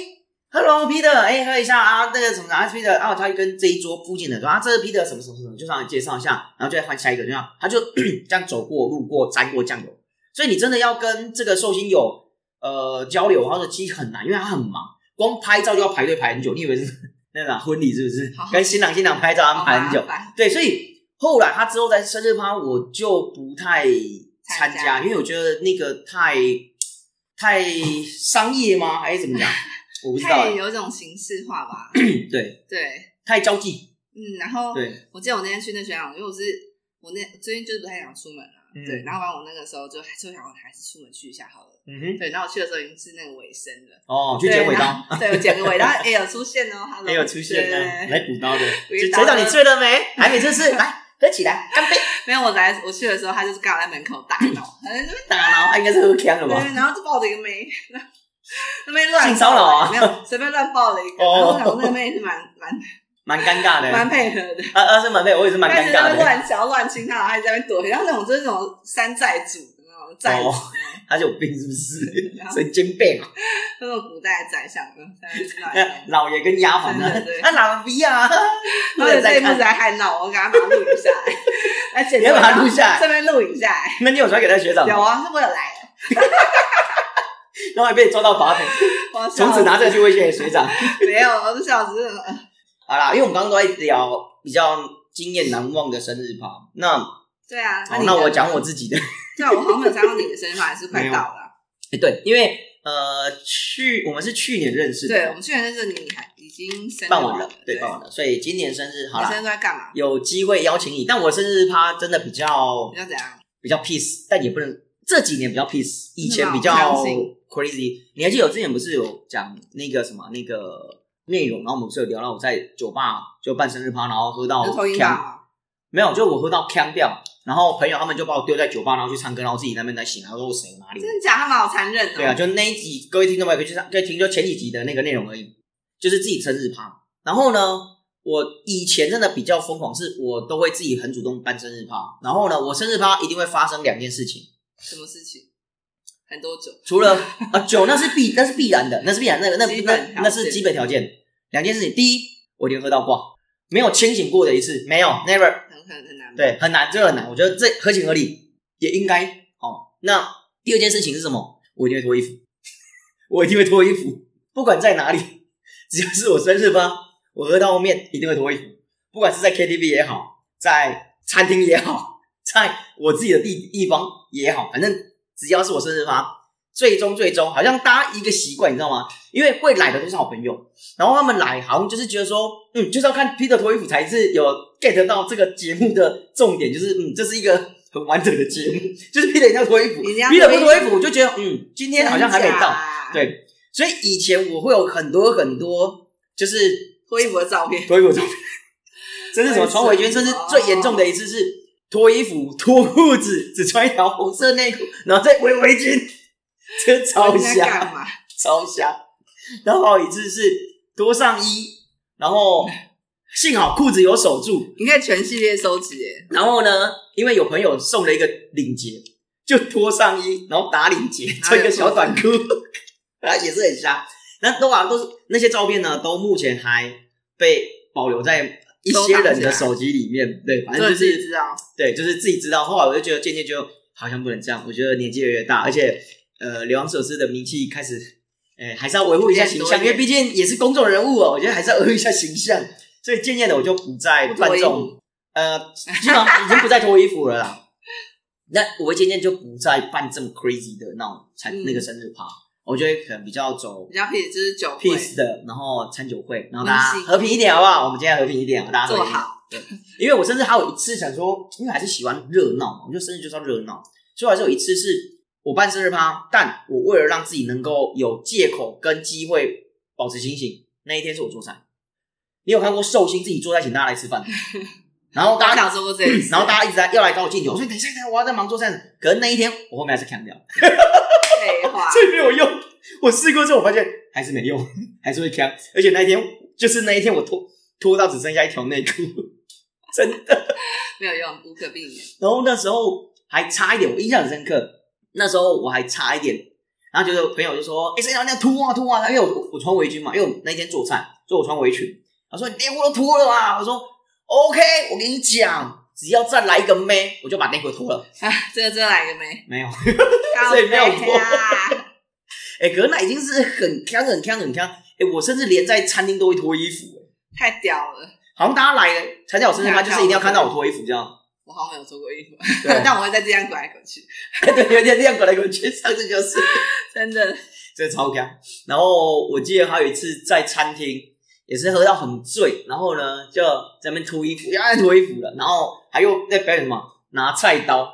[SPEAKER 2] ，Hello Peter，哎，喝一下啊，那个什么啊，Peter，啊，他就跟这一桌附近的说啊，这是 Peter 什么什么什么，就让你介绍一下，然后就再换下一个，这样他就 这样走过、路过、沾过酱油。所以你真的要跟这个寿星有呃交流，或者其实很难，因为他很忙，光拍照就要排队排很久。你以为是那个啊婚礼是不是
[SPEAKER 1] 好？
[SPEAKER 2] 跟新郎新娘拍照安
[SPEAKER 1] 好
[SPEAKER 2] 排很久
[SPEAKER 1] 麻，烦
[SPEAKER 2] 对，所以后来他之后在生日趴，我就不太参
[SPEAKER 1] 参加
[SPEAKER 2] 加，因为我觉得那个太太商业吗？还是怎么讲？我不知道
[SPEAKER 1] 太
[SPEAKER 2] 欸。
[SPEAKER 1] 有一种形式化 吧。
[SPEAKER 2] 对，
[SPEAKER 1] 对，
[SPEAKER 2] 太交际。
[SPEAKER 1] 嗯，然后
[SPEAKER 2] 对，
[SPEAKER 1] 我记得我那天去那学校，因为我是我那最近就是不太想出门啊，
[SPEAKER 2] 嗯
[SPEAKER 1] 对，然后完我那个时候就还就想我还是出门去一下好了。
[SPEAKER 2] 嗯哼，
[SPEAKER 1] 对，然后我去的时候已经是那个尾声了，
[SPEAKER 2] 哦，去剪
[SPEAKER 1] 对
[SPEAKER 2] 尾刀，，
[SPEAKER 1] 然后对，我剪个尾刀，哎、有出现 哦，哈喽，
[SPEAKER 2] 没有出现
[SPEAKER 1] 对
[SPEAKER 2] 呢，来补刀的。
[SPEAKER 1] 一
[SPEAKER 2] 谁
[SPEAKER 1] 刀
[SPEAKER 2] 谁
[SPEAKER 1] 呢
[SPEAKER 2] 让你醉了没？还没正式，来喝起来，干杯！
[SPEAKER 1] 没有，我来我去的时候，他就是刚好在门口大闹，他在那边
[SPEAKER 2] 打然他应该是喝呛了吧？
[SPEAKER 1] 对， 然后就抱着一个妹，那边乱欸
[SPEAKER 2] 性骚扰啊
[SPEAKER 1] 没有随便乱抱了一个，然后
[SPEAKER 2] 哦
[SPEAKER 1] 我想说那个妹是蛮蛮
[SPEAKER 2] 蛮尴尬的。
[SPEAKER 1] 蛮配合的，
[SPEAKER 2] 啊啊，是蛮配，我也是蛮
[SPEAKER 1] 开
[SPEAKER 2] 尴
[SPEAKER 1] 始在那
[SPEAKER 2] 尬
[SPEAKER 1] 边
[SPEAKER 2] 的。
[SPEAKER 1] 乱瞧乱亲他，然后还在那边躲，然后那种就是那种山寨主的那种寨主，
[SPEAKER 2] 哦他是有病是不是？
[SPEAKER 1] 然后
[SPEAKER 2] 神经病啊！
[SPEAKER 1] 那种古代的宰相，然后在那边乱
[SPEAKER 2] 那老爷跟丫鬟
[SPEAKER 1] 对
[SPEAKER 2] 呢
[SPEAKER 1] 对对？
[SPEAKER 2] 啊，老逼啊！
[SPEAKER 1] 然后有这一幕实在太闹，我给他把它录影下来，来剪
[SPEAKER 2] 你要把它录下来
[SPEAKER 1] 这边录影下来，
[SPEAKER 2] 那你有传给他学长吗？
[SPEAKER 1] 有啊，是我有来，
[SPEAKER 2] 然后还被抓到 把柄，
[SPEAKER 1] 我笑
[SPEAKER 2] 从此拿这个去威 胁学长。
[SPEAKER 1] 没有，我就笑只是呃
[SPEAKER 2] 好啦，因为我们刚刚都在聊比较经验难忘的生日趴，那好，
[SPEAKER 1] 对啊，你
[SPEAKER 2] 那
[SPEAKER 1] 呢
[SPEAKER 2] 我讲我自己的。
[SPEAKER 1] 对啊，我好像没有参加你的生日趴，还是快到了，啊
[SPEAKER 2] 哎对，因为呃，去我们是去年认识
[SPEAKER 1] 对
[SPEAKER 2] 的
[SPEAKER 1] 我，们去年认识你，你还已经生日
[SPEAKER 2] 办完
[SPEAKER 1] 了
[SPEAKER 2] 了，，对，办完了，所以今年生日好
[SPEAKER 1] 你生日
[SPEAKER 2] 啦，
[SPEAKER 1] 都在干嘛？
[SPEAKER 2] 有机会邀请你，但我生日趴真的比较
[SPEAKER 1] 你要怎样？
[SPEAKER 2] 比较 peace，但也不能这几年比较 peace，以前比较
[SPEAKER 1] 真的吗我相信
[SPEAKER 2] crazy。你还记得我之前不是有讲那个什么那个内容，然后我们不是有聊到我在酒吧就办生日趴，然后喝到
[SPEAKER 1] 你就偷啊音
[SPEAKER 2] 呛
[SPEAKER 1] 吧吗？
[SPEAKER 2] 没有，就我喝到呛掉，然后朋友他们就把我丢在酒吧，然后去唱歌，然后自己在那边在醒，然后说我谁哪里？
[SPEAKER 1] 真的假？他们好残忍哦！
[SPEAKER 2] 对啊，就那一集各位听众朋友可以去上，可以听就前几集的那个内容而已，就是自己生日趴。然后呢，我以前真的比较疯狂，是我都会自己很主动办生日趴。然后呢，我生日趴一定会发生两件事情。
[SPEAKER 1] 什么事情？很多酒，
[SPEAKER 2] 除 了啊酒，那是必那是必然的，那是必然，那个那
[SPEAKER 1] 基本条
[SPEAKER 2] 那
[SPEAKER 1] 件
[SPEAKER 2] 那是基本条件。两件事情，第一，我一定喝到挂，没有清醒过的一次，没有，never，
[SPEAKER 1] 很很很难。，
[SPEAKER 2] 对，很难，这个很难。我觉得这合情合理，也应该哦。那第二件事情是什么？我一定会脱衣服， 我一定会脱衣服，不管在哪里，只要是我生日吧，我喝到后面一定会脱衣服，不管是在 KTV 也好，在餐厅也好，在 我自己的地地方也好，反正只要是我生日趴，最终最终好像大家一个习惯，你知道吗？因为会来的都是好朋友，然后他们来好像就是觉得说，嗯，就是要看 Peter 脱衣服才是有 get 到这个节目的重点，就是嗯，这是一个很完整的节目， 就是 Peter 一定要脱衣服
[SPEAKER 1] 一定要
[SPEAKER 2] ，Peter 不脱
[SPEAKER 1] 脱
[SPEAKER 2] 衣
[SPEAKER 1] 衣
[SPEAKER 2] 服，我就觉得嗯，今天好像还没
[SPEAKER 1] 真
[SPEAKER 2] 到，
[SPEAKER 1] 假，
[SPEAKER 2] 对，所以以前我会有很多很多，就是
[SPEAKER 1] 脱衣服的照片，
[SPEAKER 2] 脱衣服的照片，甚至什么穿围裙，甚至最严重的一次是脱衣服、脱裤子，只穿一条红色内裤，然后再围围巾，这超
[SPEAKER 1] 你在
[SPEAKER 2] 瞎
[SPEAKER 1] 干，嘛？
[SPEAKER 2] 超瞎。然后还有一次是多上衣，然后幸好裤子有守住，
[SPEAKER 1] 你可以全系列收集耶，
[SPEAKER 2] 然后呢，因为有朋友送了一个领结，就脱上衣，然后打领结，穿一个小短裤，啊，也是很瞎。那都啊，都是那些照片呢，都目前还被保留在一些人的手机里面。对，反正就
[SPEAKER 1] 这己
[SPEAKER 2] 是
[SPEAKER 1] 知道。
[SPEAKER 2] 对，就是自己知道。后来我就觉得渐渐就好像不能这样，我觉得年纪越来越大，而且呃，流亡首诗的名气开始。哎，还是要维护一下形
[SPEAKER 1] 多一
[SPEAKER 2] 象，因
[SPEAKER 1] 点
[SPEAKER 2] 为毕竟也是公众人物哦。我觉得还是要维护一下形象，所以渐渐的我就不再
[SPEAKER 1] 不脱
[SPEAKER 2] 办这
[SPEAKER 1] 衣
[SPEAKER 2] 种
[SPEAKER 1] 服
[SPEAKER 2] 呃，基本上已经不再脱衣服了啦。那我会渐渐就不再办这么 crazy 的那种餐、
[SPEAKER 1] 嗯
[SPEAKER 2] 那个生日趴，我觉得可能比较走
[SPEAKER 1] 比较 peace 就是酒会
[SPEAKER 2] peace 的，然后餐酒会，然后大
[SPEAKER 1] 温
[SPEAKER 2] 家
[SPEAKER 1] 馨
[SPEAKER 2] 和平一点好不好？我们今天和平一点，大家和平一
[SPEAKER 1] 做
[SPEAKER 2] 点。对，因为我甚至还有一次想说，因为还是喜欢热闹嘛，我觉得生日就是要热闹，所以我还是有一次是我办生日趴，但我为了让自己能够有借口跟机会保持清醒，那一天是我做菜。你有看过寿星自己做菜请大家来吃 饭，然后大
[SPEAKER 1] 我
[SPEAKER 2] 家
[SPEAKER 1] 想说过这一次，
[SPEAKER 2] 然后大家一直在要来找我敬酒，我说等一下，等一下，我要在忙做菜呢。可是那一天我后面还是砍掉，
[SPEAKER 1] 废 话，
[SPEAKER 2] 这没有用。我试过之后，我发现还是没用， 还是会砍。而且那一天就是那一天，我脱脱到只剩下一条内裤， 真的。
[SPEAKER 1] 没有用，无可避免。
[SPEAKER 2] 然后那时候还差一点，我印象很深刻。那时候我还差一点，然后就是朋友就说：“哎、谁让你脱啊脱啊？”因为我我穿围裙嘛，因为我那天做菜，所以我穿围裙。他说：“你内裤都脱了啊！”我说：“OK，我跟你讲，只要再来一个妹，我就把内裤脱了。
[SPEAKER 1] 啊，这个真来一个没？”
[SPEAKER 2] 没有。
[SPEAKER 1] 靠
[SPEAKER 2] 所以没有
[SPEAKER 1] 背啊，
[SPEAKER 2] 哎、可是那已经是很强、很强、很强。哎、我甚至连在餐厅都会脱衣服、欸，
[SPEAKER 1] 太屌了！
[SPEAKER 2] 好像大家来了参加我生日趴，就是一定要看到我脱衣服这样。
[SPEAKER 1] 我好像没有做过衣服，
[SPEAKER 2] 对，
[SPEAKER 1] 但我会在这样滚来滚去，
[SPEAKER 2] 对，有点这样滚来滚去，上次就是，
[SPEAKER 1] 真的。
[SPEAKER 2] 这超强。然后我记得还有一次在餐厅，也是喝到很醉，然后呢就在那边脱衣服，要脱衣服了，然后还有在表演什么拿菜刀，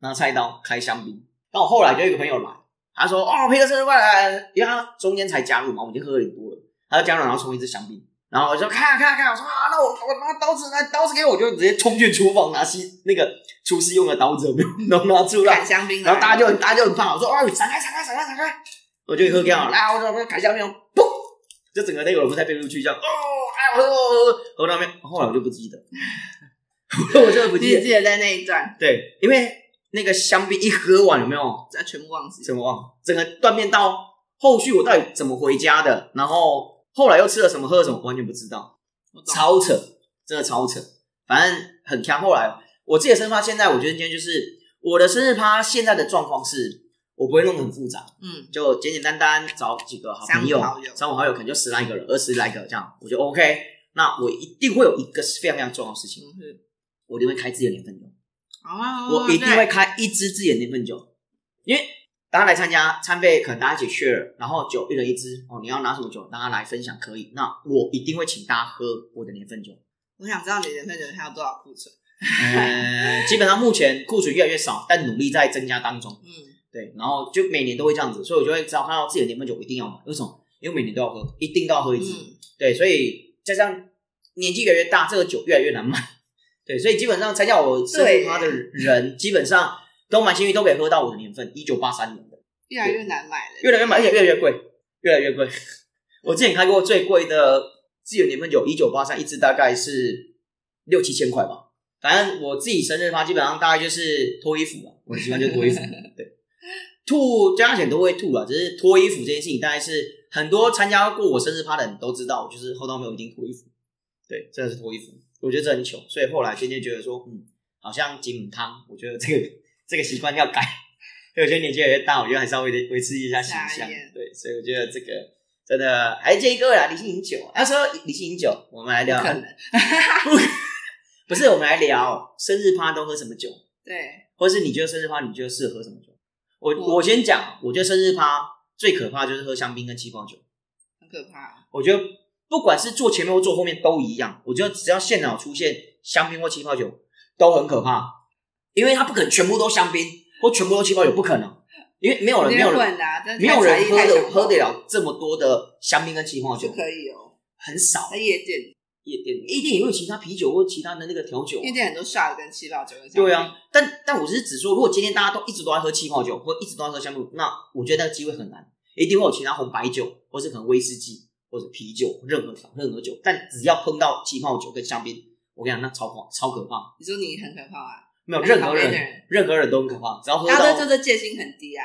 [SPEAKER 2] 拿菜刀开香槟。但我后来就有一个朋友来，他说：“哦，陪个生日快来，因为他中间才加入嘛，我们已经喝了点多了，他就加入，然后冲一支香槟。”然后我就说看看看，我说啊，那我我拿刀子，拿刀子给我，我就直接冲进厨房拿西那个厨师用的刀子，有没 有？然后拿出来
[SPEAKER 1] 砍，香槟来，
[SPEAKER 2] 然后大家就很大家就很怕，我说啊，闪开闪开闪开闪开，我就喝掉了，来，我就改下面，砰，就整个那个人不太飞出去，这样哦，哎，我我我到那边，后来我就不记得， 我真的不
[SPEAKER 1] 你
[SPEAKER 2] 记
[SPEAKER 1] 也
[SPEAKER 2] 得，
[SPEAKER 1] 记得在那一段，
[SPEAKER 2] 对，因为那个香槟一喝完有没有，
[SPEAKER 1] 啊，全部忘记。
[SPEAKER 2] 怎么忘，整个断片到后续我到底怎么回家的，然后后来又吃了什么喝了什么，完全不知道。
[SPEAKER 1] 我懂
[SPEAKER 2] 超扯，真的超扯。反正很强。后来我自己的生日趴，现在我觉得今天就是我的生日趴，现在的状况是我不会弄得很复杂，
[SPEAKER 1] 嗯，
[SPEAKER 2] 就简简单单找几个好
[SPEAKER 1] 三
[SPEAKER 2] 朋
[SPEAKER 1] 五
[SPEAKER 2] 友，
[SPEAKER 1] 好友
[SPEAKER 2] 三五好友可能就十来个人、二十来个这样，我就 OK。那我一定会有一个非常非常重要的事情，
[SPEAKER 1] 嗯是
[SPEAKER 2] 我一定会开自己的年份酒，
[SPEAKER 1] 哦，
[SPEAKER 2] 我一定
[SPEAKER 1] 对
[SPEAKER 2] 会开一支自己的年份酒，因为大家来参加，餐费可能大家一起 share，然后酒一人一支哦，你要拿什么酒，大家来分享可以。那我一定会请大家喝我的年份酒。
[SPEAKER 1] 我想知道你人份酒还有多少库存。
[SPEAKER 2] 呃，基本上目前库存越来越少，但努力在增加当中。
[SPEAKER 1] 嗯，
[SPEAKER 2] 对，然后就每年都会这样子，所以我就会只要看到自己的年份酒，我一定要买。为什么？因为每年都要喝，一定都要喝一支。
[SPEAKER 1] 嗯，
[SPEAKER 2] 对，所以加上年纪越来越大，这个酒越来越难买。 对，所以基本上参加我生日趴的人，基本上都蛮幸运，都可以喝到我的年份，一九八三年的，
[SPEAKER 1] 越来越难买了，
[SPEAKER 2] 越来越买，而且越来越贵，越来越贵。 我之前开过最贵的自己的年份酒，一九八三一支大概是六七千块吧。反正我自己生日趴基本上大概就是脱衣服吧，我喜欢就脱衣服。对，吐加钱都会吐啊啦，只是脱衣服这件事情，大概是很多参加过我生日趴的人都知道，就是后到没有一定脱衣服。对，真的是脱衣服，我觉得这很糗，所以后来渐渐觉得说，嗯，好像金母汤，我觉得这个 这个习惯要改。 因为我觉得年纪越来越大，我觉得还是要维维持一下形象
[SPEAKER 1] 傻眼。
[SPEAKER 2] 对，所以我觉得这个真的还建议各位来理性饮酒。那说理性饮酒，我们来聊
[SPEAKER 1] 不可能。
[SPEAKER 2] 不是，我们来聊生日趴都喝什么酒？
[SPEAKER 1] 对，
[SPEAKER 2] 或是你觉得生日趴你觉得适合喝什么酒？我
[SPEAKER 1] 我
[SPEAKER 2] 我先讲，我觉得生日趴最可怕就是喝香槟跟气泡酒。
[SPEAKER 1] 很可怕。
[SPEAKER 2] 我觉得不管是坐前面或坐后面都一样，我觉得只要现场出现香槟或气泡酒都很可怕，因为它不可能全部都香槟或全部都气泡酒，不可能，因为没有人没有人
[SPEAKER 1] 混的啊，真的
[SPEAKER 2] 没有
[SPEAKER 1] 太
[SPEAKER 2] 人喝
[SPEAKER 1] 才艺太
[SPEAKER 2] 得
[SPEAKER 1] 强
[SPEAKER 2] 喝得了这么多的香槟跟气泡酒
[SPEAKER 1] 就，可以哦。
[SPEAKER 2] 很少
[SPEAKER 1] 在。夜店，
[SPEAKER 2] 夜店夜店也有其他啤酒或其他的那个调酒啊、
[SPEAKER 1] 夜店很多 shot 跟气泡酒跟香槟
[SPEAKER 2] 对，啊，但但我是只说，如果今天大家都一直都在喝气泡酒，或一直都在喝香槟，那我觉得那个机会很难，一定会有其他红白酒，或是可能威士忌，或者啤酒，任何任何酒。但只要碰到气泡酒跟香槟，我跟你讲，那超狂，超可怕，
[SPEAKER 1] 你说你很可怕啊，
[SPEAKER 2] 没有任何
[SPEAKER 1] 旁边的
[SPEAKER 2] 人，
[SPEAKER 1] 人，
[SPEAKER 2] 任何人都很可怕，只要喝
[SPEAKER 1] 大家对
[SPEAKER 2] 到
[SPEAKER 1] 这戒心很低啊。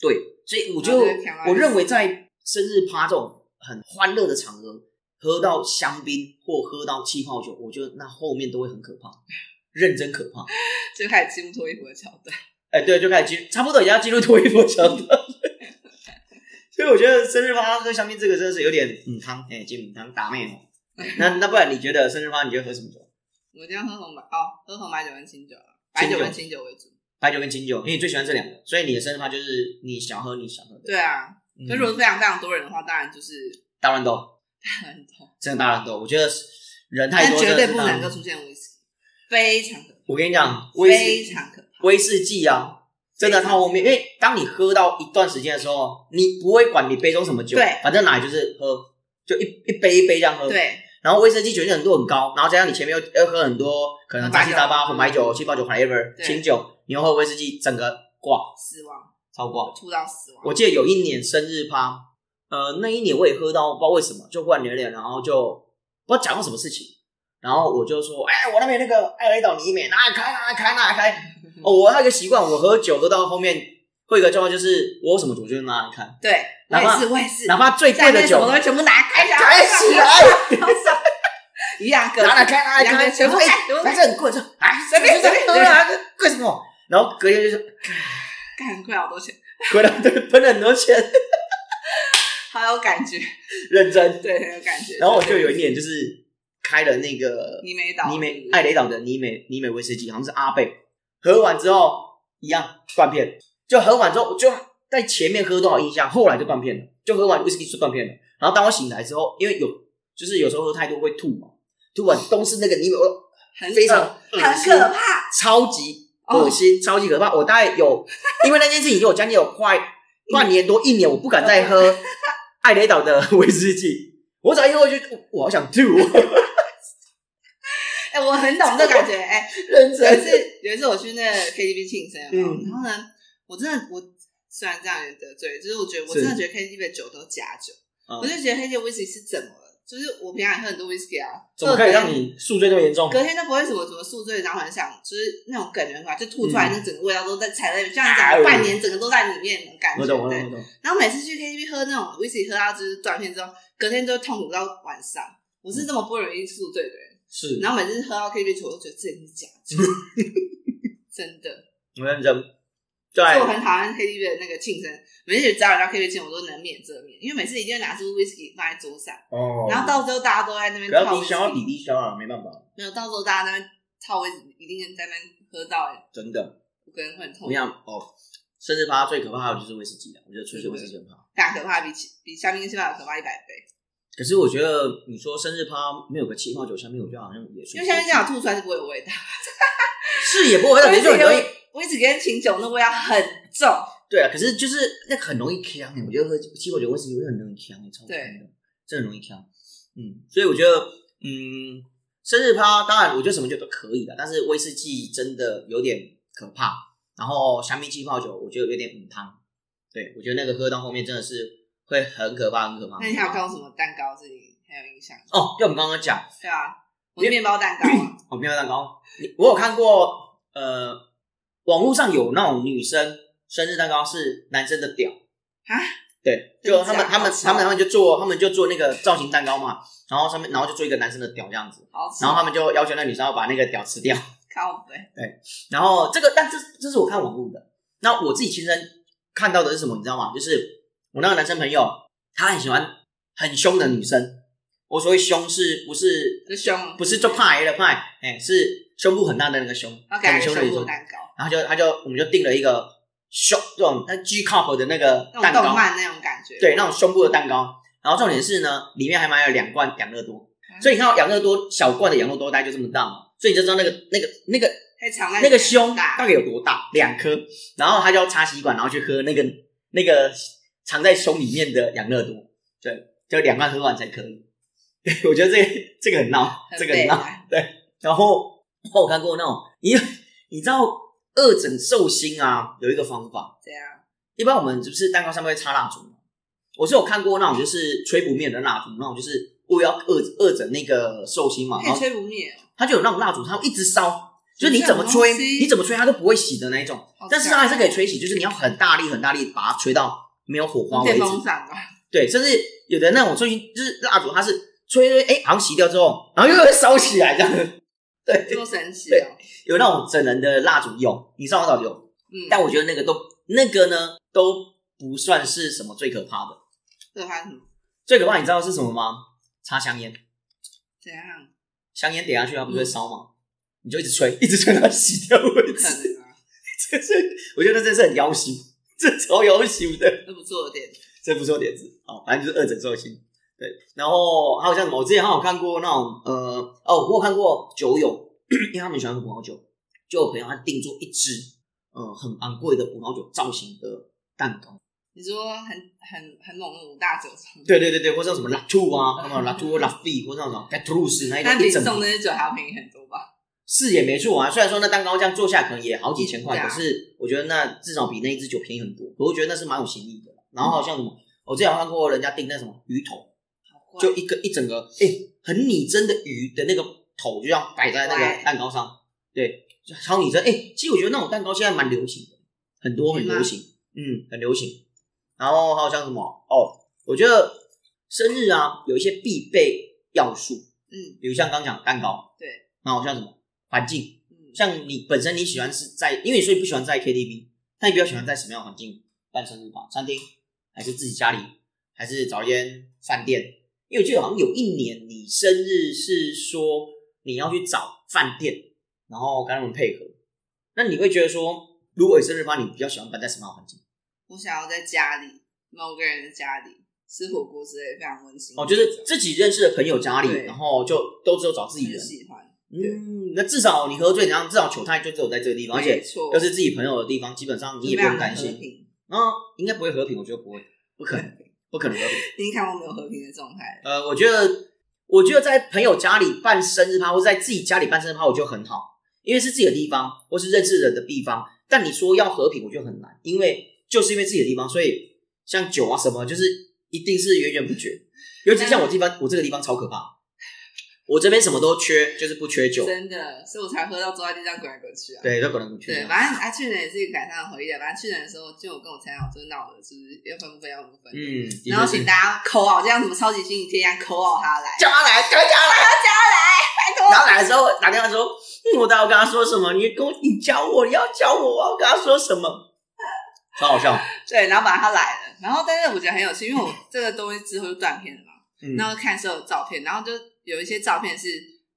[SPEAKER 2] 对，所以我就
[SPEAKER 1] 然后就会飘啊
[SPEAKER 2] 我认为在生日趴这种很欢乐的场合，喝到香槟或喝到气泡酒，我觉得那后面都会很可怕，认真可怕。
[SPEAKER 1] 就开始进入脱衣服的桥段，
[SPEAKER 2] 哎，对，就开始进，差不多已经要进入脱衣服的桥段。 所以我觉得生日趴喝香槟这个真的是有点嗯汤，哎，金米汤打妹哦。
[SPEAKER 1] 嗯
[SPEAKER 2] 那那不然你觉得生日趴你觉得喝什么酒？
[SPEAKER 1] 我一定要喝红白哦，喝红白酒跟清酒啊，白酒跟清酒为主。
[SPEAKER 2] 白酒跟清酒，因为你最喜欢这两
[SPEAKER 1] 嗯
[SPEAKER 2] 个，所以你的生日趴就是你想喝你想喝的。
[SPEAKER 1] 对啊，
[SPEAKER 2] 嗯，
[SPEAKER 1] 那如果非常非常多人的话，当然就是
[SPEAKER 2] 大乱斗，
[SPEAKER 1] 很痛，
[SPEAKER 2] 真的大乱斗，我觉得人太
[SPEAKER 1] 但
[SPEAKER 2] 多，
[SPEAKER 1] 绝对不
[SPEAKER 2] 真的是大
[SPEAKER 1] 能
[SPEAKER 2] 乱斗
[SPEAKER 1] 够出现威士忌，非常可
[SPEAKER 2] 我跟你讲，
[SPEAKER 1] 怕，
[SPEAKER 2] 威
[SPEAKER 1] 非
[SPEAKER 2] 士
[SPEAKER 1] 常可怕。
[SPEAKER 2] 威士忌啊，真的它后面，因为当你喝到一段时间的时候，你不会管你杯中什么酒，
[SPEAKER 1] 对
[SPEAKER 2] 反正哪里就是喝，就一一杯一杯这样喝。。
[SPEAKER 1] 对，
[SPEAKER 2] 然后威士忌酒精很度很高，然后加上你前面又又喝很多可能杂七杂八红
[SPEAKER 1] 红
[SPEAKER 2] 白
[SPEAKER 1] 白酒
[SPEAKER 2] 酒、气泡酒、whatever
[SPEAKER 1] 对
[SPEAKER 2] 清酒，你又喝威士忌，整个挂
[SPEAKER 1] 死亡，
[SPEAKER 2] 超挂。
[SPEAKER 1] 吐到死亡。
[SPEAKER 2] 我记得有一年生日趴，呃，那一年我也喝到不知道为什么就忽然有点，然后就不知道讲到什么事情，然后我就说，哎，我那边那个艾雷岛尼美拿来开拿来开拿来开。哦，我还有一个习惯，我喝酒喝到后面会有一个状况就是，我有什么酒就拿来开，
[SPEAKER 1] 对，我
[SPEAKER 2] 哪
[SPEAKER 1] 也
[SPEAKER 2] 怕
[SPEAKER 1] 是，我也是，
[SPEAKER 2] 哪怕最
[SPEAKER 1] 下
[SPEAKER 2] 贵的
[SPEAKER 1] 面什
[SPEAKER 2] 酒
[SPEAKER 1] 么东西全部拿开来，
[SPEAKER 2] 开起来。
[SPEAKER 1] 一样各
[SPEAKER 2] 拿来开，拿来开，
[SPEAKER 1] 全部
[SPEAKER 2] 哎
[SPEAKER 1] 哎全部
[SPEAKER 2] 反正很贵，就哎，
[SPEAKER 1] 随便
[SPEAKER 2] 随
[SPEAKER 1] 随
[SPEAKER 2] 便
[SPEAKER 1] 便
[SPEAKER 2] 喝啊，贵什么？然后隔天就是
[SPEAKER 1] 干亏好多钱，
[SPEAKER 2] 回来对喷了很多钱，
[SPEAKER 1] 好有感觉，
[SPEAKER 2] 认真。
[SPEAKER 1] 对，很有感觉。
[SPEAKER 2] 然后我就有一年就是开了那个
[SPEAKER 1] 你没倒，
[SPEAKER 2] 尼美艾雷岛的尼美尼美威士忌，好像是阿贝，喝完之后一样断片，就喝完之后我就在前面喝多少印象，后来就断片了，就喝完威士忌就断片了。然后当我醒来之后，因为有就是有时候喝太多会吐嘛，吐完都是那个尼美，我
[SPEAKER 1] 很
[SPEAKER 2] 哎非常
[SPEAKER 1] 恶
[SPEAKER 2] 恶
[SPEAKER 1] 很
[SPEAKER 2] 心
[SPEAKER 1] 可怕，
[SPEAKER 2] 超级
[SPEAKER 1] 哦
[SPEAKER 2] 恶心，超级可怕。我大概 有，因为那件事情，我将近有快半年多一年，我不敢再喝 艾雷岛的威士忌。我只要一喝，我就我好想吐，哦
[SPEAKER 1] 哎，我很懂这感觉，哎，
[SPEAKER 2] 认
[SPEAKER 1] 有一
[SPEAKER 2] 真。
[SPEAKER 1] 次，有一次我去那个 KTV 庆生，
[SPEAKER 2] 嗯
[SPEAKER 1] 嗯，然后呢，我真的我虽然这样也得罪，就是我觉得我
[SPEAKER 2] 是
[SPEAKER 1] 真的觉得 KTV 的酒都假酒，
[SPEAKER 2] 嗯
[SPEAKER 1] 我就觉得黑酒 whisky 是怎么了？就是我平常也喝很多 whisky 啊，
[SPEAKER 2] 怎么可以让你宿醉那么严重？
[SPEAKER 1] 隔天都不会什么什么宿醉，然后很想就是那种感觉出来，就吐出来，那整个味道都在踩在里面，像你
[SPEAKER 2] 哎呦
[SPEAKER 1] 讲半年整个都在里面的感觉。
[SPEAKER 2] 我懂，我
[SPEAKER 1] 对
[SPEAKER 2] 懂，我懂。
[SPEAKER 1] 然后每次去 KTV 喝那种 whisky 喝到就是断片之后，隔天都会痛苦到晚上。我是这么不容易宿醉的人，
[SPEAKER 2] 是，
[SPEAKER 1] 然后每次喝到 KTV 酒，我都觉得自己是假 酒，真的。
[SPEAKER 2] 我认真。
[SPEAKER 1] 所以我
[SPEAKER 2] 对，
[SPEAKER 1] 很讨厌 KTV 的那个庆生，每次只要人家 KTV 庆，我都能免则免，因为每次一定会拿出 whisky 放在桌上，
[SPEAKER 2] 哦
[SPEAKER 1] 然后到最后大家都在那边
[SPEAKER 2] 不要
[SPEAKER 1] 套
[SPEAKER 2] 低消，要
[SPEAKER 1] whisky，
[SPEAKER 2] 比低消啊，没办法，
[SPEAKER 1] 没有，到时候大家在那边套 whisky，一定在那边喝到，
[SPEAKER 2] 真的。
[SPEAKER 1] 我个人会很
[SPEAKER 2] 怎
[SPEAKER 1] 痛
[SPEAKER 2] 么，样？哦，生日趴最可怕的就是威士忌了，啊我觉得纯粹威士忌很怕。
[SPEAKER 1] 大可怕比起比香槟跟气泡酒可怕一百倍，
[SPEAKER 2] 可是我觉得你说生日趴没有个气泡酒香槟，我觉得好像也
[SPEAKER 1] 因
[SPEAKER 2] 是。
[SPEAKER 1] 为香槟这样吐出来是不会有味道，
[SPEAKER 2] 是也不会，你就很容 易。
[SPEAKER 1] whisky 跟琴酒那味道很重，
[SPEAKER 2] 对啊，可是就是那个很容易呛欸我觉得喝气泡酒、威士忌会很容易呛欸超呛的，真的很容易呛。嗯，所以我觉得，嗯，生日趴当然我觉得什么酒都可以的，但是威士忌真的有点可怕，然后香槟气泡酒我觉得有点母汤。对，我觉得那个喝到后面真的是会很可怕，很可怕。
[SPEAKER 1] 那你还有看过什么蛋糕是你很有印象？
[SPEAKER 2] 哦，就我们刚刚讲，
[SPEAKER 1] 对啊，我的面包蛋糕啊，
[SPEAKER 2] 哦，面包蛋糕，你我有看过，呃，网络上有那种女生生日蛋糕是男生的屌
[SPEAKER 1] 啊，
[SPEAKER 2] 对，
[SPEAKER 1] 真的
[SPEAKER 2] 就他们
[SPEAKER 1] 假的
[SPEAKER 2] 他们
[SPEAKER 1] 好丑
[SPEAKER 2] 他们他们就做他们就做那个造型蛋糕嘛，然后上面然后就做一个男生的屌这样子，
[SPEAKER 1] 好吃
[SPEAKER 2] 然，后他们就要求那女生要把那个屌吃掉，
[SPEAKER 1] 靠背，
[SPEAKER 2] 然后这个但这这是我看网络的，那我自己亲身看到的是什么，你知道吗？就是我那个男生朋友，他很喜欢很凶的女生，我所谓凶是不是
[SPEAKER 1] 这凶，
[SPEAKER 2] 不是就派了派，哎、是胸部很大的那个胸，
[SPEAKER 1] 然后给他一
[SPEAKER 2] 很凶
[SPEAKER 1] 个
[SPEAKER 2] 的
[SPEAKER 1] 胸
[SPEAKER 2] 那个
[SPEAKER 1] 部
[SPEAKER 2] 胸，
[SPEAKER 1] 蛋糕，
[SPEAKER 2] 然后就他就我们就订了一个胸这种那 G cup 的那个
[SPEAKER 1] 那
[SPEAKER 2] 蛋
[SPEAKER 1] 种
[SPEAKER 2] 糕
[SPEAKER 1] 动，漫那种感觉。
[SPEAKER 2] 对，那种胸部的蛋糕。然后重点是呢，里面还买了两罐养乐多，
[SPEAKER 1] 嗯
[SPEAKER 2] 所以你看到养乐多小罐的养乐多大概就这么大嘛，所以你就知道那个那个那个
[SPEAKER 1] 可以藏在
[SPEAKER 2] 那个
[SPEAKER 1] 里面
[SPEAKER 2] 胸
[SPEAKER 1] 大
[SPEAKER 2] 到底有多大，两颗。然后他就要插吸管，然后去喝那个那个藏在胸里面的养乐多，对，就两罐喝完才可以。 对，我觉得这个这个很闹，
[SPEAKER 1] 很啊
[SPEAKER 2] 这个很闹
[SPEAKER 1] 北。蓝
[SPEAKER 2] 然后我看过那种，你你知道二整寿星啊，有一个方法，
[SPEAKER 1] 这样，
[SPEAKER 2] 一般我们是不是蛋糕上面会插蜡烛吗？我是有看过那种就是吹不灭的蜡烛，那种就是为了要二二整那个寿星嘛，
[SPEAKER 1] 可
[SPEAKER 2] 然
[SPEAKER 1] 以
[SPEAKER 2] 后
[SPEAKER 1] 吹不灭哦，
[SPEAKER 2] 它就有那种蜡烛，它会一直烧，就是你
[SPEAKER 1] 这
[SPEAKER 2] 怎
[SPEAKER 1] 种
[SPEAKER 2] 么吹
[SPEAKER 1] 东西，
[SPEAKER 2] 你怎么吹它都不会熄的那一种。
[SPEAKER 1] 好
[SPEAKER 2] 但是它
[SPEAKER 1] 强
[SPEAKER 2] 还是可以
[SPEAKER 1] 哦
[SPEAKER 2] 吹熄，就是你要很大力、很大力把它吹到没有火花为
[SPEAKER 1] 电
[SPEAKER 2] 止。
[SPEAKER 1] 风扇吧，
[SPEAKER 2] 对，甚至有的那种吹熄就是蜡烛，它是吹吹哎，好像熄掉之后，然后又会烧起来这样。对，啊
[SPEAKER 1] 多神奇哦。
[SPEAKER 2] 有那种整人的蜡烛有，你上网找有，
[SPEAKER 1] 嗯，
[SPEAKER 2] 但我觉得那个都那个呢都不算是什么最可怕的。
[SPEAKER 1] 这还有什么？
[SPEAKER 2] 最可怕你知道是什么吗？插香烟，
[SPEAKER 1] 怎样？
[SPEAKER 2] 香烟点下去它不是会烧吗？你就一直吹，一直吹到它熄掉为
[SPEAKER 1] 不可
[SPEAKER 2] 止。
[SPEAKER 1] 能啊，
[SPEAKER 2] 这是我觉得这真是很要求，这超要求的，
[SPEAKER 1] 这不做有点
[SPEAKER 2] 这不是我点子哦，反正就是二整寿星。对，然后还有像什么，我之前好像有看过那种呃哦，我有看过酒友，因为他们喜欢喝葡萄酒，就有朋友他订做一支呃很昂贵的葡萄酒造型的蛋糕。
[SPEAKER 1] 你说很很很猛的五大酒庄，
[SPEAKER 2] 对对对对，或者什么拉兔啊，什么拉兔、拉菲，或者那种 Petrus 那一
[SPEAKER 1] 那
[SPEAKER 2] 种
[SPEAKER 1] 比
[SPEAKER 2] 一整
[SPEAKER 1] 送那些酒还要便宜很多吧？
[SPEAKER 2] 是也没错啊，虽然说那蛋糕这样做下来可能也好几千块，
[SPEAKER 1] 对啊
[SPEAKER 2] 可是我觉得那至少比那一只酒便宜很多。我觉得那是蛮有心意的。然后好像什么，我之前有看过人家订那什么鱼头，
[SPEAKER 1] 好贵
[SPEAKER 2] 就一个一整个，哎、很拟真的鱼的那个头，就这样摆在那个
[SPEAKER 1] 对
[SPEAKER 2] 蛋糕上，对，就超拟真。哎、其实我觉得那种蛋糕现在蛮流行的，很多
[SPEAKER 1] 嗯
[SPEAKER 2] 很
[SPEAKER 1] 吗
[SPEAKER 2] 流行，嗯，很流行。然后还有像什么哦，我觉得生日啊有一些必备要素，
[SPEAKER 1] 嗯
[SPEAKER 2] 比如像刚讲蛋糕，
[SPEAKER 1] 对，
[SPEAKER 2] 然后像什么环境。
[SPEAKER 1] 嗯，
[SPEAKER 2] 像你本身你喜欢是在，因为你说你不喜欢在 KTV，那你比较喜欢在什么样的环境办生日吧？餐厅，还是自己家里，还是找一间饭店？因为我记得好像有一年你生日是说你要去找饭店，然后跟他们配合。那你会觉得说，如果你生日趴，你比较喜欢办在什么样的环境？
[SPEAKER 1] 我想要在家里某个人的家里吃火锅之类的，非常温馨的
[SPEAKER 2] 哦，
[SPEAKER 1] 那
[SPEAKER 2] 就
[SPEAKER 1] 种。
[SPEAKER 2] 是自己认识的朋友家里，
[SPEAKER 1] 嗯对
[SPEAKER 2] 然后就都只有找自己
[SPEAKER 1] 很
[SPEAKER 2] 人。
[SPEAKER 1] 喜欢，
[SPEAKER 2] 嗯，那至少你喝醉，然后至少球态就只有在这个地方，而
[SPEAKER 1] 没
[SPEAKER 2] 且
[SPEAKER 1] 错
[SPEAKER 2] 又是自己朋友的地方，基本上你也不用担
[SPEAKER 1] 就非常
[SPEAKER 2] 心
[SPEAKER 1] 和。平
[SPEAKER 2] 嗯，应该不会和平，我觉得不会，不可能，不可能和平。
[SPEAKER 1] 已经看过没有和平的状态了，
[SPEAKER 2] 呃，我觉得，我觉得在朋友家里办生日趴，或者在自己家里办生日趴，我觉得很好，因为是自己的地方，或是认识人的地方。但你说要和平，我觉得很难，因为就是因为自己的地方，所以像酒啊什么，就是一定是源源不绝。尤其像我地方，我这个地方超可怕，我这边什么都缺，就是不缺酒，
[SPEAKER 1] 真的，所以我才喝到坐在地上滚来滚去啊。
[SPEAKER 2] 对，就可能不缺
[SPEAKER 1] 对，
[SPEAKER 2] 酒。
[SPEAKER 1] 反正啊，去年也是一个改善的回忆啊。反正去年的时候，就有跟我前老师闹的，就是要分不分，要不分。
[SPEAKER 2] 嗯，的确
[SPEAKER 1] 然后
[SPEAKER 2] 是
[SPEAKER 1] 请大家扣啊，这样什么超级星期天一样扣啊他来，
[SPEAKER 2] 叫他来，叫他来。
[SPEAKER 1] 拜托
[SPEAKER 2] 然后来的时候打电话说，嗯，我到底要跟他说什么？你跟我，你教我，你要教我，我要跟他说什么？超 好笑。
[SPEAKER 1] 对，然后把他来了，然后但是我觉得很有趣，因为我这个东西之后就断片了嘛，
[SPEAKER 2] 嗯，
[SPEAKER 1] 那我看所有照片，然后就有一些照片是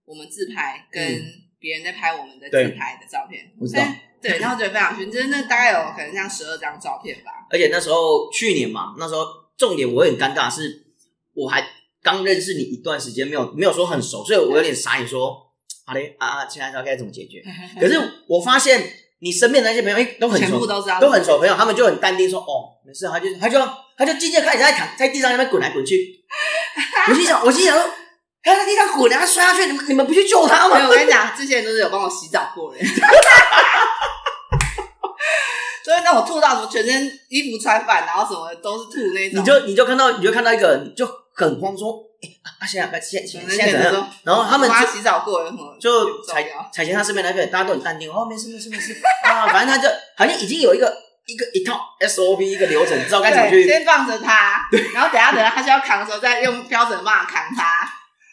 [SPEAKER 1] 我们自拍跟别人在拍我们的
[SPEAKER 2] 嗯对
[SPEAKER 1] 自拍的照片，
[SPEAKER 2] 我知道
[SPEAKER 1] 但对，然后我觉得非常有趣，就是那大概有可能像十二张照片吧，
[SPEAKER 2] 而且那时候去年嘛，那时候重点我也很尴尬是，我还刚认识你一段时间，没有没有说很熟，所以我有点傻眼说，好嘞啊啊，现在知道该怎么解 决。 可是我发现你身边的那些朋友，哎、都很熟，
[SPEAKER 1] 全部都知道，
[SPEAKER 2] 都很熟朋友，他们就很淡定说：“哦，没事。”他就他就他就静静地看你在躺在地上那边滚来滚去。我心想，我心想说，他在地上滚，然后摔下去，你们你们不去救他
[SPEAKER 1] 没有，
[SPEAKER 2] 吗
[SPEAKER 1] 我？跟你讲，这些人都是有帮我洗澡过的 人。所以，那我吐到什么全身衣服穿反，然后什么都是吐那种。
[SPEAKER 2] 你就你就看到你就看到一个人就很慌说：“哎、啊啊，现在现
[SPEAKER 1] 可
[SPEAKER 2] 现
[SPEAKER 1] 能
[SPEAKER 2] 现在怎
[SPEAKER 1] 觉
[SPEAKER 2] 么
[SPEAKER 1] 得
[SPEAKER 2] 样
[SPEAKER 1] 说，？”
[SPEAKER 2] 然后他们
[SPEAKER 1] 妈
[SPEAKER 2] 就
[SPEAKER 1] 洗澡过有什么
[SPEAKER 2] 就
[SPEAKER 1] 重
[SPEAKER 2] 踩
[SPEAKER 1] 要？
[SPEAKER 2] 踩进他身边那个人，大家都很淡定哦，没事没事没事啊，反正他就好像已经有一个一个一套 SOP 一个流程，知道该怎么
[SPEAKER 1] 对，
[SPEAKER 2] 去，
[SPEAKER 1] 先放着他，然后等下等下他需要扛的时候，再用标准棒扛他。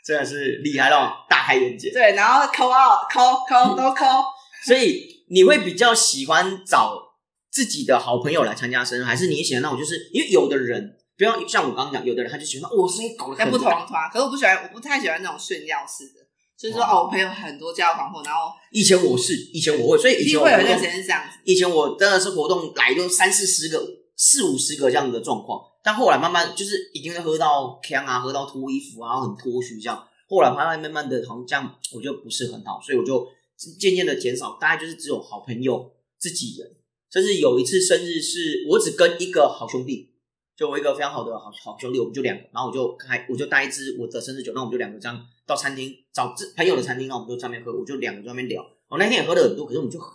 [SPEAKER 2] 真的是厉害到大开眼界。
[SPEAKER 1] 对，然后抠二抠抠都抠，
[SPEAKER 2] 所以你会比较喜欢找自己的好朋友来参加生日，还是你喜欢那种就是因为有的人，不要像我刚刚讲，有的人他就喜欢我生日搞得
[SPEAKER 1] 那
[SPEAKER 2] 很
[SPEAKER 1] 哎不同
[SPEAKER 2] 大，
[SPEAKER 1] 的团。可是我不喜欢，我不太喜欢那种炫耀式的。就是说哦，我朋友很多交友团伙，然后
[SPEAKER 2] 以前我是，以前我会，所以
[SPEAKER 1] 一
[SPEAKER 2] 以前
[SPEAKER 1] 定
[SPEAKER 2] 我
[SPEAKER 1] 会有
[SPEAKER 2] 活
[SPEAKER 1] 一段
[SPEAKER 2] 动
[SPEAKER 1] 时间是这样子。
[SPEAKER 2] 以前我真的是活动来就三四十个、四五十个这样的状况，但后来慢慢就是一定会喝到呛啊，喝到脱衣服啊，然后很脱虚这样。后来慢慢慢慢的，好像这样我就不是很好，所以我就渐渐的减少，大概就是只有好朋友、自己人，甚至有一次生日是我只跟一个好兄弟，就我一个非常好的好好兄弟，我们就两个，然后我就开我就带一支我的生日酒，那我们就两个这样到餐厅找自朋友的餐厅，那我们就上面喝，我就两个在那边聊。我那天也喝了很多，可是我们就很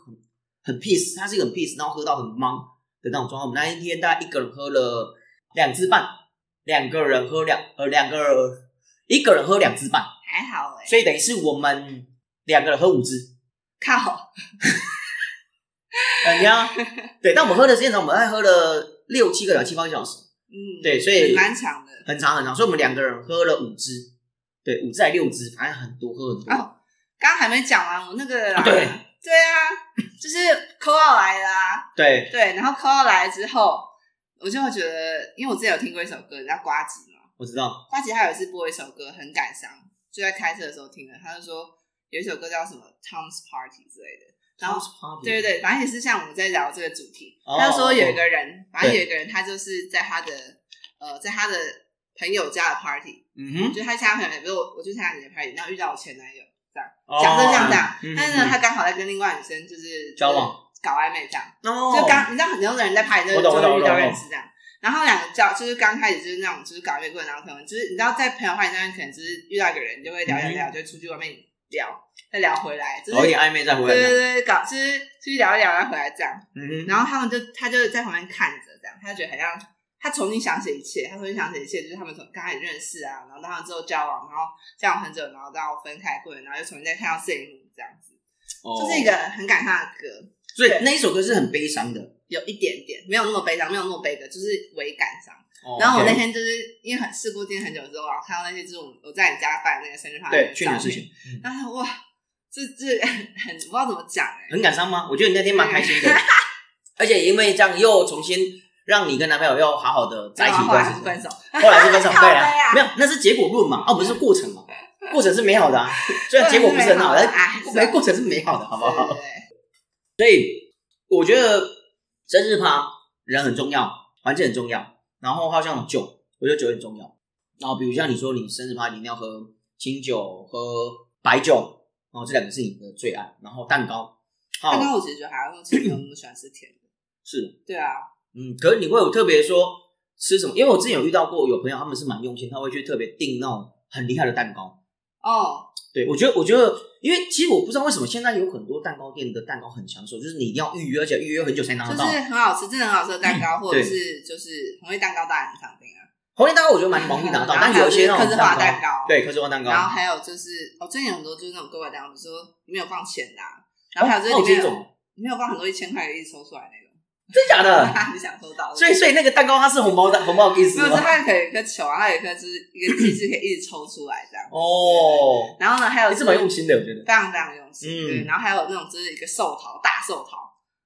[SPEAKER 2] 很 peace，他是一个很 peace，然后喝到很忙的那种状况。我们那一天大概一个人喝了两支半，两个人喝两呃两个一个人喝两支半，
[SPEAKER 1] 还好哎、
[SPEAKER 2] 所以等于是我们两个人喝五支。
[SPEAKER 1] 靠，
[SPEAKER 2] 呃，你要对，但我们喝的时间长，我们大概喝了六七个小时七八个小时，
[SPEAKER 1] 嗯，
[SPEAKER 2] 对所以
[SPEAKER 1] 很蛮长的。
[SPEAKER 2] 很长很长，所以我们两个人喝了五支，对，五支还六支，反正很多喝很多。
[SPEAKER 1] 哦刚刚还没讲完，我那个啦
[SPEAKER 2] 啊对
[SPEAKER 1] 对啊，就是扣二来了啊，
[SPEAKER 2] 对，
[SPEAKER 1] 对，然后扣二来了之后，我就会觉得，因为我之前有听过一首歌，人家瓜子嘛，
[SPEAKER 2] 我知道，
[SPEAKER 1] 瓜子他有一次播一首歌很感伤，就在开车的时候听的，他就说有一首歌叫什么 Tom's Party 之类的，然后
[SPEAKER 2] House Party
[SPEAKER 1] 对对对，反正也是像我们在聊这个主题。
[SPEAKER 2] 哦
[SPEAKER 1] 他就说有一个人，反正有一个人，他就是在他的呃，在他的朋友家的 party，
[SPEAKER 2] 嗯哼，
[SPEAKER 1] 就他参加朋友，比如我我去参加你的 party，然后遇到我前男友，假设这样
[SPEAKER 2] 讲
[SPEAKER 1] 讲，但是呢，他刚好在跟另外女生就是
[SPEAKER 2] 嗯交往，
[SPEAKER 1] 搞暧昧这样，
[SPEAKER 2] 就
[SPEAKER 1] 就刚你知道很多的人在 party 就
[SPEAKER 2] 我懂我懂
[SPEAKER 1] 就遇
[SPEAKER 2] 我
[SPEAKER 1] 到
[SPEAKER 2] 懂
[SPEAKER 1] 认识这样。然后两个交就是刚开始就是那种就是搞暧昧过程，然后可能就是你知道在朋友 party 上面可能就是遇到一个人你就会聊聊
[SPEAKER 2] 嗯哼哦
[SPEAKER 1] 聊，
[SPEAKER 2] 啊
[SPEAKER 1] 就出去外面聊，再聊回来，就是
[SPEAKER 2] 搞一点暧昧再回来
[SPEAKER 1] 对
[SPEAKER 2] 这样。
[SPEAKER 1] 对对，搞就是出去聊一聊，然后回来这样。
[SPEAKER 2] 嗯哼，
[SPEAKER 1] 然后他们就他就在旁边看着，这样他就觉得好像他重新想起一切，他重新想起一切，就是他们从刚开始认识啊，然后到他们之后交往，然后交往很久，然后到分开过程，然后又重新再看到这一幕，这样子，
[SPEAKER 2] 哦
[SPEAKER 1] 这是一个，很感伤的歌，
[SPEAKER 2] 所以那一首歌是很悲伤的。
[SPEAKER 1] 有一点点没有那么悲伤，没有那么悲歌，就是微感伤。
[SPEAKER 2] 哦
[SPEAKER 1] 然后我那
[SPEAKER 2] OK
[SPEAKER 1] 天就是因为很事故，经很久之后，然后看到那些就是我我在你家办那个生日派
[SPEAKER 2] 对去年的事，情，嗯
[SPEAKER 1] 然后哇，这这很我不知道怎么讲哎、
[SPEAKER 2] 很感伤吗？我觉得你那天蛮 开心的，而且因为这样又重新让你跟男朋友又好好的在一
[SPEAKER 1] 然
[SPEAKER 2] 起一
[SPEAKER 1] 后后
[SPEAKER 2] 段
[SPEAKER 1] 来还
[SPEAKER 2] 时
[SPEAKER 1] 是
[SPEAKER 2] 间，
[SPEAKER 1] 啊分手，
[SPEAKER 2] 后来是分手，对
[SPEAKER 1] 好悲
[SPEAKER 2] 啊，
[SPEAKER 1] 啊
[SPEAKER 2] 没有，那是结果论嘛，哦，不是过程嘛，过程是美好的啊，虽然结果不是很好，
[SPEAKER 1] 对是
[SPEAKER 2] 但
[SPEAKER 1] 美好的哎
[SPEAKER 2] 过过程是美好的，好不
[SPEAKER 1] 对对
[SPEAKER 2] 好？
[SPEAKER 1] 对。
[SPEAKER 2] 我觉得生日趴人很重要，环境很重要，然后还有像酒，我觉得酒很重要。然后比如像你说你生日趴你一定要喝清酒、喝白酒，然后这两个是你的最爱，然后蛋糕，
[SPEAKER 1] 蛋
[SPEAKER 2] 哦，
[SPEAKER 1] 糕我其实觉得还好，因为我其实没有那么喜欢吃甜的。
[SPEAKER 2] 是
[SPEAKER 1] 对啊，
[SPEAKER 2] 嗯，可是你会有特别说吃什么？因为我之前有遇到过有朋友，他们是蛮用心，他会去特别订那种很厉害的蛋糕。
[SPEAKER 1] 哦，
[SPEAKER 2] 对我觉得，我觉得，因为其实我不知道为什么现在有很多蛋糕店的蛋糕很抢手，就是你一定要预约，而且预约很久才拿
[SPEAKER 1] 就
[SPEAKER 2] 得
[SPEAKER 1] 是
[SPEAKER 2] 到。
[SPEAKER 1] 很好吃，真的很好吃的蛋 糕，或者
[SPEAKER 2] 对
[SPEAKER 1] 是就是红叶蛋糕，大家很常订啊。
[SPEAKER 2] 红莲蛋糕我觉得蛮容易拿
[SPEAKER 1] 嗯
[SPEAKER 2] 到，但有一些那
[SPEAKER 1] 克
[SPEAKER 2] 种
[SPEAKER 1] 制化蛋
[SPEAKER 2] 糕，
[SPEAKER 1] 糕，，
[SPEAKER 2] 对，克制化蛋糕，
[SPEAKER 1] 然后还有就是，哦，最近有很多就是那种购买蛋糕，比如说没有放钱的啊，然后还有就是
[SPEAKER 2] 哦
[SPEAKER 1] 里面
[SPEAKER 2] 这
[SPEAKER 1] 有
[SPEAKER 2] 种，
[SPEAKER 1] 没有放很多一千块的，一直抽出来 那种，
[SPEAKER 2] 真 假的？
[SPEAKER 1] 你想抽到？
[SPEAKER 2] 所以，所以那个蛋糕它是红包蛋，红包的意思
[SPEAKER 1] 没有，
[SPEAKER 2] 吗？
[SPEAKER 1] 它可以有一颗球，然后有一颗就是一个机制可以一直抽出来这样。
[SPEAKER 2] 哦，
[SPEAKER 1] 然后呢，还有
[SPEAKER 2] 还
[SPEAKER 1] 就是是
[SPEAKER 2] 蛮用心的，我觉得。
[SPEAKER 1] 非常非常用心。
[SPEAKER 2] 嗯
[SPEAKER 1] 对，然后还有那种就是一个寿桃，大寿桃，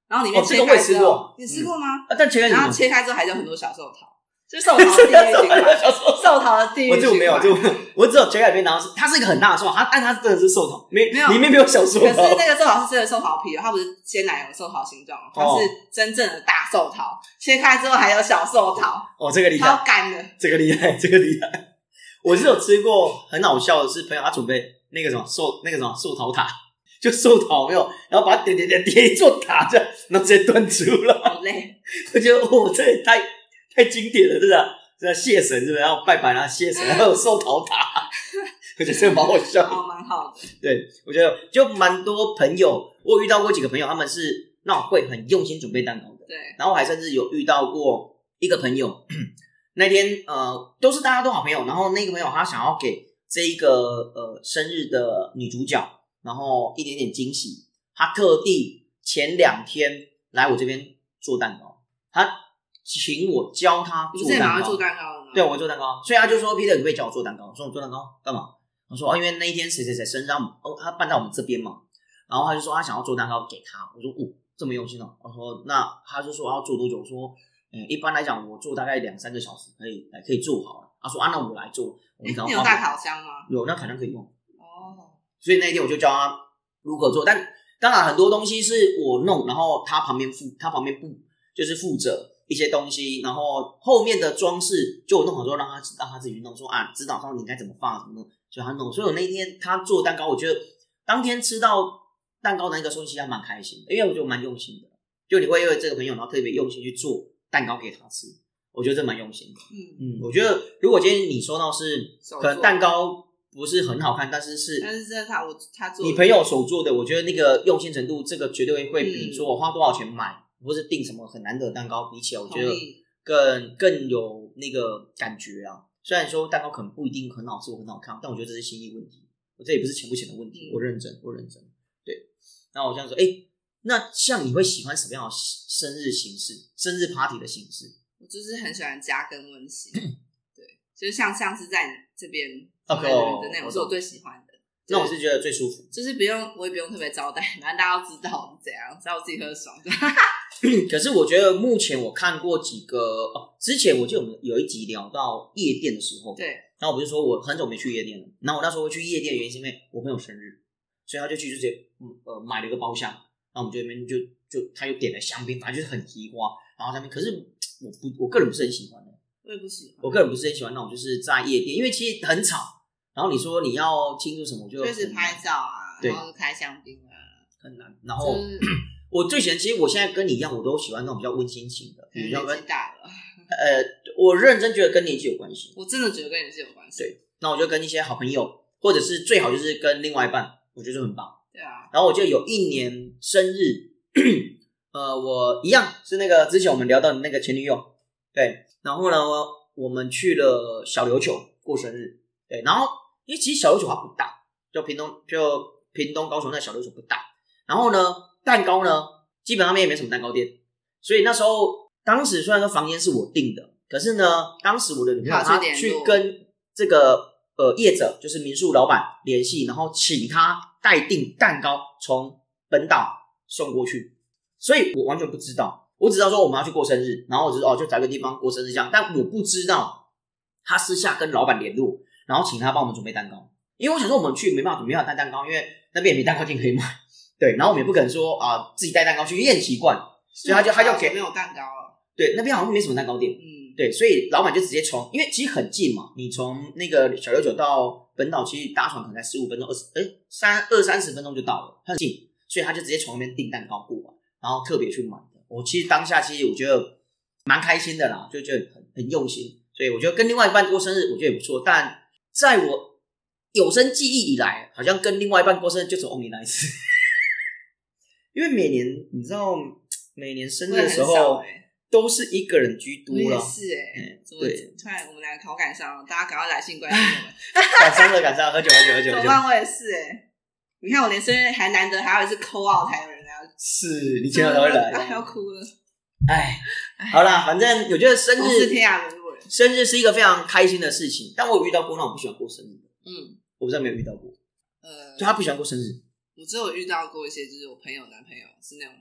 [SPEAKER 1] 然后里面
[SPEAKER 2] 哦
[SPEAKER 1] 切
[SPEAKER 2] 这个我
[SPEAKER 1] 开
[SPEAKER 2] 也吃
[SPEAKER 1] 之后
[SPEAKER 2] 过，
[SPEAKER 1] 你吃过吗？
[SPEAKER 2] 啊但前面
[SPEAKER 1] 然
[SPEAKER 2] 什
[SPEAKER 1] 后
[SPEAKER 2] 么？
[SPEAKER 1] 切开之后还有很多小寿桃，就是 寿桃的地狱
[SPEAKER 2] 我
[SPEAKER 1] 循环，
[SPEAKER 2] 小时候
[SPEAKER 1] 寿桃的地狱
[SPEAKER 2] 啊
[SPEAKER 1] 循
[SPEAKER 2] 我就
[SPEAKER 1] 环。
[SPEAKER 2] 没有，就 我只有全改面，然后是它是一个很大的寿桃，它哎但它真的是寿桃，没
[SPEAKER 1] 没有
[SPEAKER 2] 里面没有小寿
[SPEAKER 1] 可是
[SPEAKER 2] 桃，
[SPEAKER 1] 那个寿桃是真的寿桃皮哦，它不是鲜奶油寿桃形状哦，它
[SPEAKER 2] 哦
[SPEAKER 1] 是真正的大寿桃，切开之后还有小寿桃，
[SPEAKER 2] 哦，这个厉害，
[SPEAKER 1] 超干的。
[SPEAKER 2] 这个厉害，这个厉害。我是有吃过，很好笑的是，朋友他准备那个什么寿那个什么寿桃塔，就寿桃没有，然后把它点点点点一座塔这样，然后直接端出来，
[SPEAKER 1] 好累，
[SPEAKER 2] 我觉得哦，这也太太经典了，真的，啊真的谢神是不是？然后拜拜，然后谢神，还有寿桃塔，我觉得这个蛮好笑的。
[SPEAKER 1] 哦，蛮好的。
[SPEAKER 2] 对，我觉得就蛮多朋友，我有遇到过几个朋友，他们是那种会很用心准备蛋糕的。
[SPEAKER 1] 对，
[SPEAKER 2] 然后我还甚至有遇到过一个朋友， 那天呃都是大家都好朋友，然后那个朋友他想要给这一个呃生日的女主角，然后一点点惊喜，他特地前两天来我这边做蛋糕，他请我教他
[SPEAKER 1] 你不
[SPEAKER 2] 做
[SPEAKER 1] 是也蛮
[SPEAKER 2] 蛋
[SPEAKER 1] 会
[SPEAKER 2] 糕
[SPEAKER 1] 做，蛋糕的吗？哎
[SPEAKER 2] 对，我啊会做蛋糕，所以他就说 Peter 你可不可以教我做蛋糕？我说我做蛋糕干嘛？我说哦，因为那一天谁谁谁生日，他们哦他办在我们这边嘛，然后他就说他想要做蛋糕给他，我说哦这么用心哦，我说那他就说要做多久？我说嗯一般来讲我做大概两三个小时可以呃来可以做好了。他说啊那我来做，我
[SPEAKER 1] 诶
[SPEAKER 2] 们 赶
[SPEAKER 1] 你
[SPEAKER 2] 快
[SPEAKER 1] 有大烤箱吗？
[SPEAKER 2] 有那可能可以用，
[SPEAKER 1] 哦，
[SPEAKER 2] 所以那一天我就教他如何做。但当然很多东西是我弄，然后他旁边负他旁边不就是负责一些东西，然后后面的装饰就我弄好之后让他让他自己去弄，说啊指导上你该怎么放什么的，就他弄。所以我那一天他做蛋糕，我觉得当天吃到蛋糕的那个时候，其实还蛮开心的，因为我觉得蛮用心的。就你会因为这个朋友，然后特别用心去做蛋糕给他吃，我觉得这蛮用心的。
[SPEAKER 1] 嗯，
[SPEAKER 2] 嗯，我觉得如果今天你收到是
[SPEAKER 1] 手
[SPEAKER 2] 可能
[SPEAKER 1] 做
[SPEAKER 2] 蛋糕不是很好看，但是是
[SPEAKER 1] 但是真的他我他做
[SPEAKER 2] 你朋友手做的，我觉得那个用心程度，这个绝对会比
[SPEAKER 1] 嗯
[SPEAKER 2] 说我花多少钱买或是订什么很难得的蛋糕比起来，我觉
[SPEAKER 1] 同
[SPEAKER 2] 得
[SPEAKER 1] 意，
[SPEAKER 2] 更更有那个感觉啊。虽然说蛋糕可能不一定很好吃或很好看，但我觉得这是心意问题，我这也不是钱不钱的问
[SPEAKER 1] 嗯
[SPEAKER 2] 题。我认真，我认真。对，那我这样说，哎、那像你会喜欢什么样的生日形式？生日 party 的形式？
[SPEAKER 1] 我就是很喜欢家跟温馨，对，就是像上次在你这边
[SPEAKER 2] 哦
[SPEAKER 1] 我
[SPEAKER 2] OK，
[SPEAKER 1] 在这边的那种
[SPEAKER 2] 我懂
[SPEAKER 1] 是我最喜欢的，
[SPEAKER 2] 那我是觉得最舒服。
[SPEAKER 1] 就是不用我也不用特别招待，反正大家都知道我是怎样，只要我自己喝得爽就好。
[SPEAKER 2] 可是我觉得目前我看过几个哦，之前我记得我们有一集聊到夜店的时候，，
[SPEAKER 1] 对，
[SPEAKER 2] 然后我不是说我很久没去夜店了，然后我那时候会去夜店的原因是因为我朋友生日，所以他就去就直接嗯呃买了一个包厢，然后我们就那边就就他又点了香槟，反正就是很提花，然后他们可是我不我个人不是很喜欢的，
[SPEAKER 1] 我也不喜欢，
[SPEAKER 2] 我个人不是很喜欢那种就是在夜店，因为其实很吵，然后你说你要庆祝什么，我就
[SPEAKER 1] 就
[SPEAKER 2] 很
[SPEAKER 1] 是拍照啊，
[SPEAKER 2] 对哦嗯
[SPEAKER 1] 然后开香槟啊，
[SPEAKER 2] 很难，然后。
[SPEAKER 1] 就是
[SPEAKER 2] 我最喜欢，其实我现在跟你一样，我都喜欢那种比较温馨型的，
[SPEAKER 1] 可能
[SPEAKER 2] 比较跟
[SPEAKER 1] 年纪大了，
[SPEAKER 2] 呃，我认真觉得跟年纪有关系。
[SPEAKER 1] 我真的觉得跟你是有关系。
[SPEAKER 2] 对那我就跟一些好朋友，或者是最好就是跟另外一半，我觉得就很棒。
[SPEAKER 1] 对啊，
[SPEAKER 2] 然后我就有一年生日， 呃，我一样是那个之前我们聊到的那个前女友，对。然后呢，我们去了小琉球过生日，对。然后因为其实小琉球它不大，就屏东就屏东高雄那小琉球不大。然后呢，蛋糕呢，基本上面也没什么蛋糕店，所以那时候当时虽然说房间是我订的，可是呢，当时我的女朋友
[SPEAKER 1] 她
[SPEAKER 2] 她
[SPEAKER 1] 有去联
[SPEAKER 2] 去
[SPEAKER 1] 络
[SPEAKER 2] 跟这个呃业者，就是民宿老板联系，然后请他代订蛋糕从本岛送过去，所以我完全不知道，我只知道说我们要去过生日，然后我就说哦就找一个地方过生日这样，但我不知道他私下跟老板联络，然后请他帮我们准备蛋糕，因为我想说我们去没办法准备没办法带蛋糕，因为那边也没蛋糕店可以买。对，然后我们也不可能说啊、自己带蛋糕去，因为很奇怪。所以他就他就给
[SPEAKER 1] 没有蛋糕了，
[SPEAKER 2] 对，那边好像没什么蛋糕店。
[SPEAKER 1] 嗯，
[SPEAKER 2] 对，所以老板就直接从，因为其实很近嘛，你从那个小琉球到本岛，其实搭船可能才十五分钟、二十，哎，三二三十分钟就到了，很近，所以他就直接从那边订蛋糕过来，然后特别去买的。我其实当下其实我觉得蛮开心的啦，就觉得很很用心，所以我觉得跟另外一半过生日，我觉得也不错。但在我有生记忆以来，好像跟另外一半过生日就只有 only 那一次，因为每年你知道，每年生日
[SPEAKER 1] 我也
[SPEAKER 2] 的
[SPEAKER 1] 很
[SPEAKER 2] 时
[SPEAKER 1] 少
[SPEAKER 2] 候
[SPEAKER 1] 欸
[SPEAKER 2] 都是一个人居多
[SPEAKER 1] 我也
[SPEAKER 2] 了。
[SPEAKER 1] 是哎
[SPEAKER 2] 嗯，
[SPEAKER 1] 怎么
[SPEAKER 2] 对
[SPEAKER 1] 突然我们两个口感上了，大家赶快来信关心我 们。
[SPEAKER 2] 赶上了，赶上了，喝酒，喝酒，喝酒，
[SPEAKER 1] 怎
[SPEAKER 2] 喝
[SPEAKER 1] 么
[SPEAKER 2] 酒。
[SPEAKER 1] 办？我也是哎、你看我连生日还难得还有一次扣二才有人来，
[SPEAKER 2] 是你前两天会
[SPEAKER 1] 啊要
[SPEAKER 2] 来。
[SPEAKER 1] 哭了，
[SPEAKER 2] 哎，好啦，反正我觉得生
[SPEAKER 1] 同是
[SPEAKER 2] 日，
[SPEAKER 1] 天啊涯沦落人。
[SPEAKER 2] 生日是一个非常开心的事情。但我有遇到过那种不喜欢过生日的，
[SPEAKER 1] 嗯，
[SPEAKER 2] 我不知道有没有遇到过，
[SPEAKER 1] 呃，
[SPEAKER 2] 就他不喜欢过生日。
[SPEAKER 1] 我只有遇到过一些，就是我朋友男朋友是那种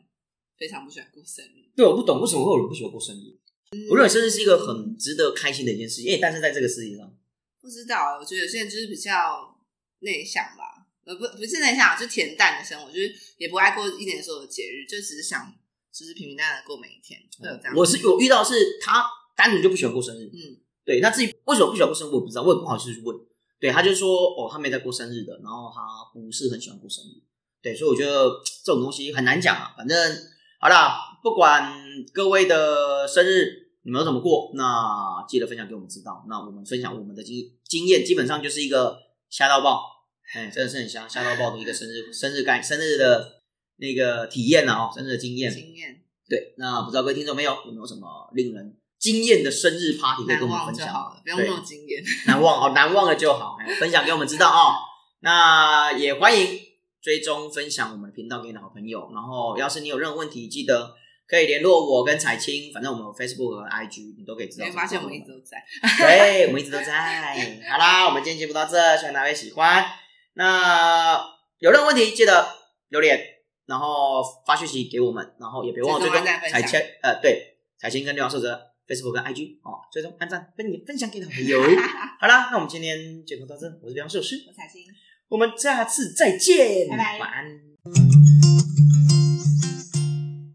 [SPEAKER 1] 非常不喜欢过生日，
[SPEAKER 2] 对，我不懂为什么会有人不喜欢过生日。
[SPEAKER 1] 嗯
[SPEAKER 2] 我认为生日是一个很值得开心的一件事情，因为但是在这个世界上，
[SPEAKER 1] 不知道、欸，我觉得有些人就是比较内向吧，呃，不不是内向，就恬淡的生活，就是也不爱过一年所有的节日，就只是想就是平平淡淡的过每一天，会有这样。
[SPEAKER 2] 我是有遇到是他单纯就不喜欢过生日，
[SPEAKER 1] 嗯，
[SPEAKER 2] 对，那至于为什么不喜欢过生日，我也不知道，我也不好意思去问。对，他就说哦，他没在过生日的，然后他不是很喜欢过生日。对，所以我觉得嘖这种东西很难讲啊。反正好啦，不管各位的生日你们都怎么过，那记得分享给我们知道。那我们分享我们的经经验，基本上就是一个瞎到爆，哎、真的是很瞎瞎到爆的一个生日生日感生日的那个体验啊，哦，生日的经验。
[SPEAKER 1] 经验
[SPEAKER 2] 对，那不知道各位听众朋友有没有什么令人惊艳的生日 party 可以
[SPEAKER 1] 难
[SPEAKER 2] 跟我们
[SPEAKER 1] 忘
[SPEAKER 2] 分
[SPEAKER 1] 就
[SPEAKER 2] 享？
[SPEAKER 1] 好了，不用
[SPEAKER 2] 对
[SPEAKER 1] 那么惊艳。
[SPEAKER 2] 难忘哦，难忘了就好，哎分享给我们知道哦。那也欢迎追踪分享我们频道给你的好朋友。然后，要是你有任何问题，记得可以联络我跟彩青，反正我们有 Facebook 和 IG，你都可以知
[SPEAKER 1] 你
[SPEAKER 2] 道。
[SPEAKER 1] 会发现我们一直都在。
[SPEAKER 2] 对，我们一直都在。好啦，我们今天节目到这，希望大家会喜欢。那有任何问题记得留言，然后发讯息给我们，然后也别忘了追
[SPEAKER 1] 追
[SPEAKER 2] 踪
[SPEAKER 1] 踪按赞分
[SPEAKER 2] 彩
[SPEAKER 1] 享
[SPEAKER 2] 千呃对彩千跟刘老师的 Facebook 跟 IG 哦，追踪 按赞分分享给你的朋友。好啦，那我们今天节目到这，我是梁秀诗，
[SPEAKER 1] 我彩欣，
[SPEAKER 2] 我
[SPEAKER 1] 我们下次再见，
[SPEAKER 2] 拜拜
[SPEAKER 1] 晚安。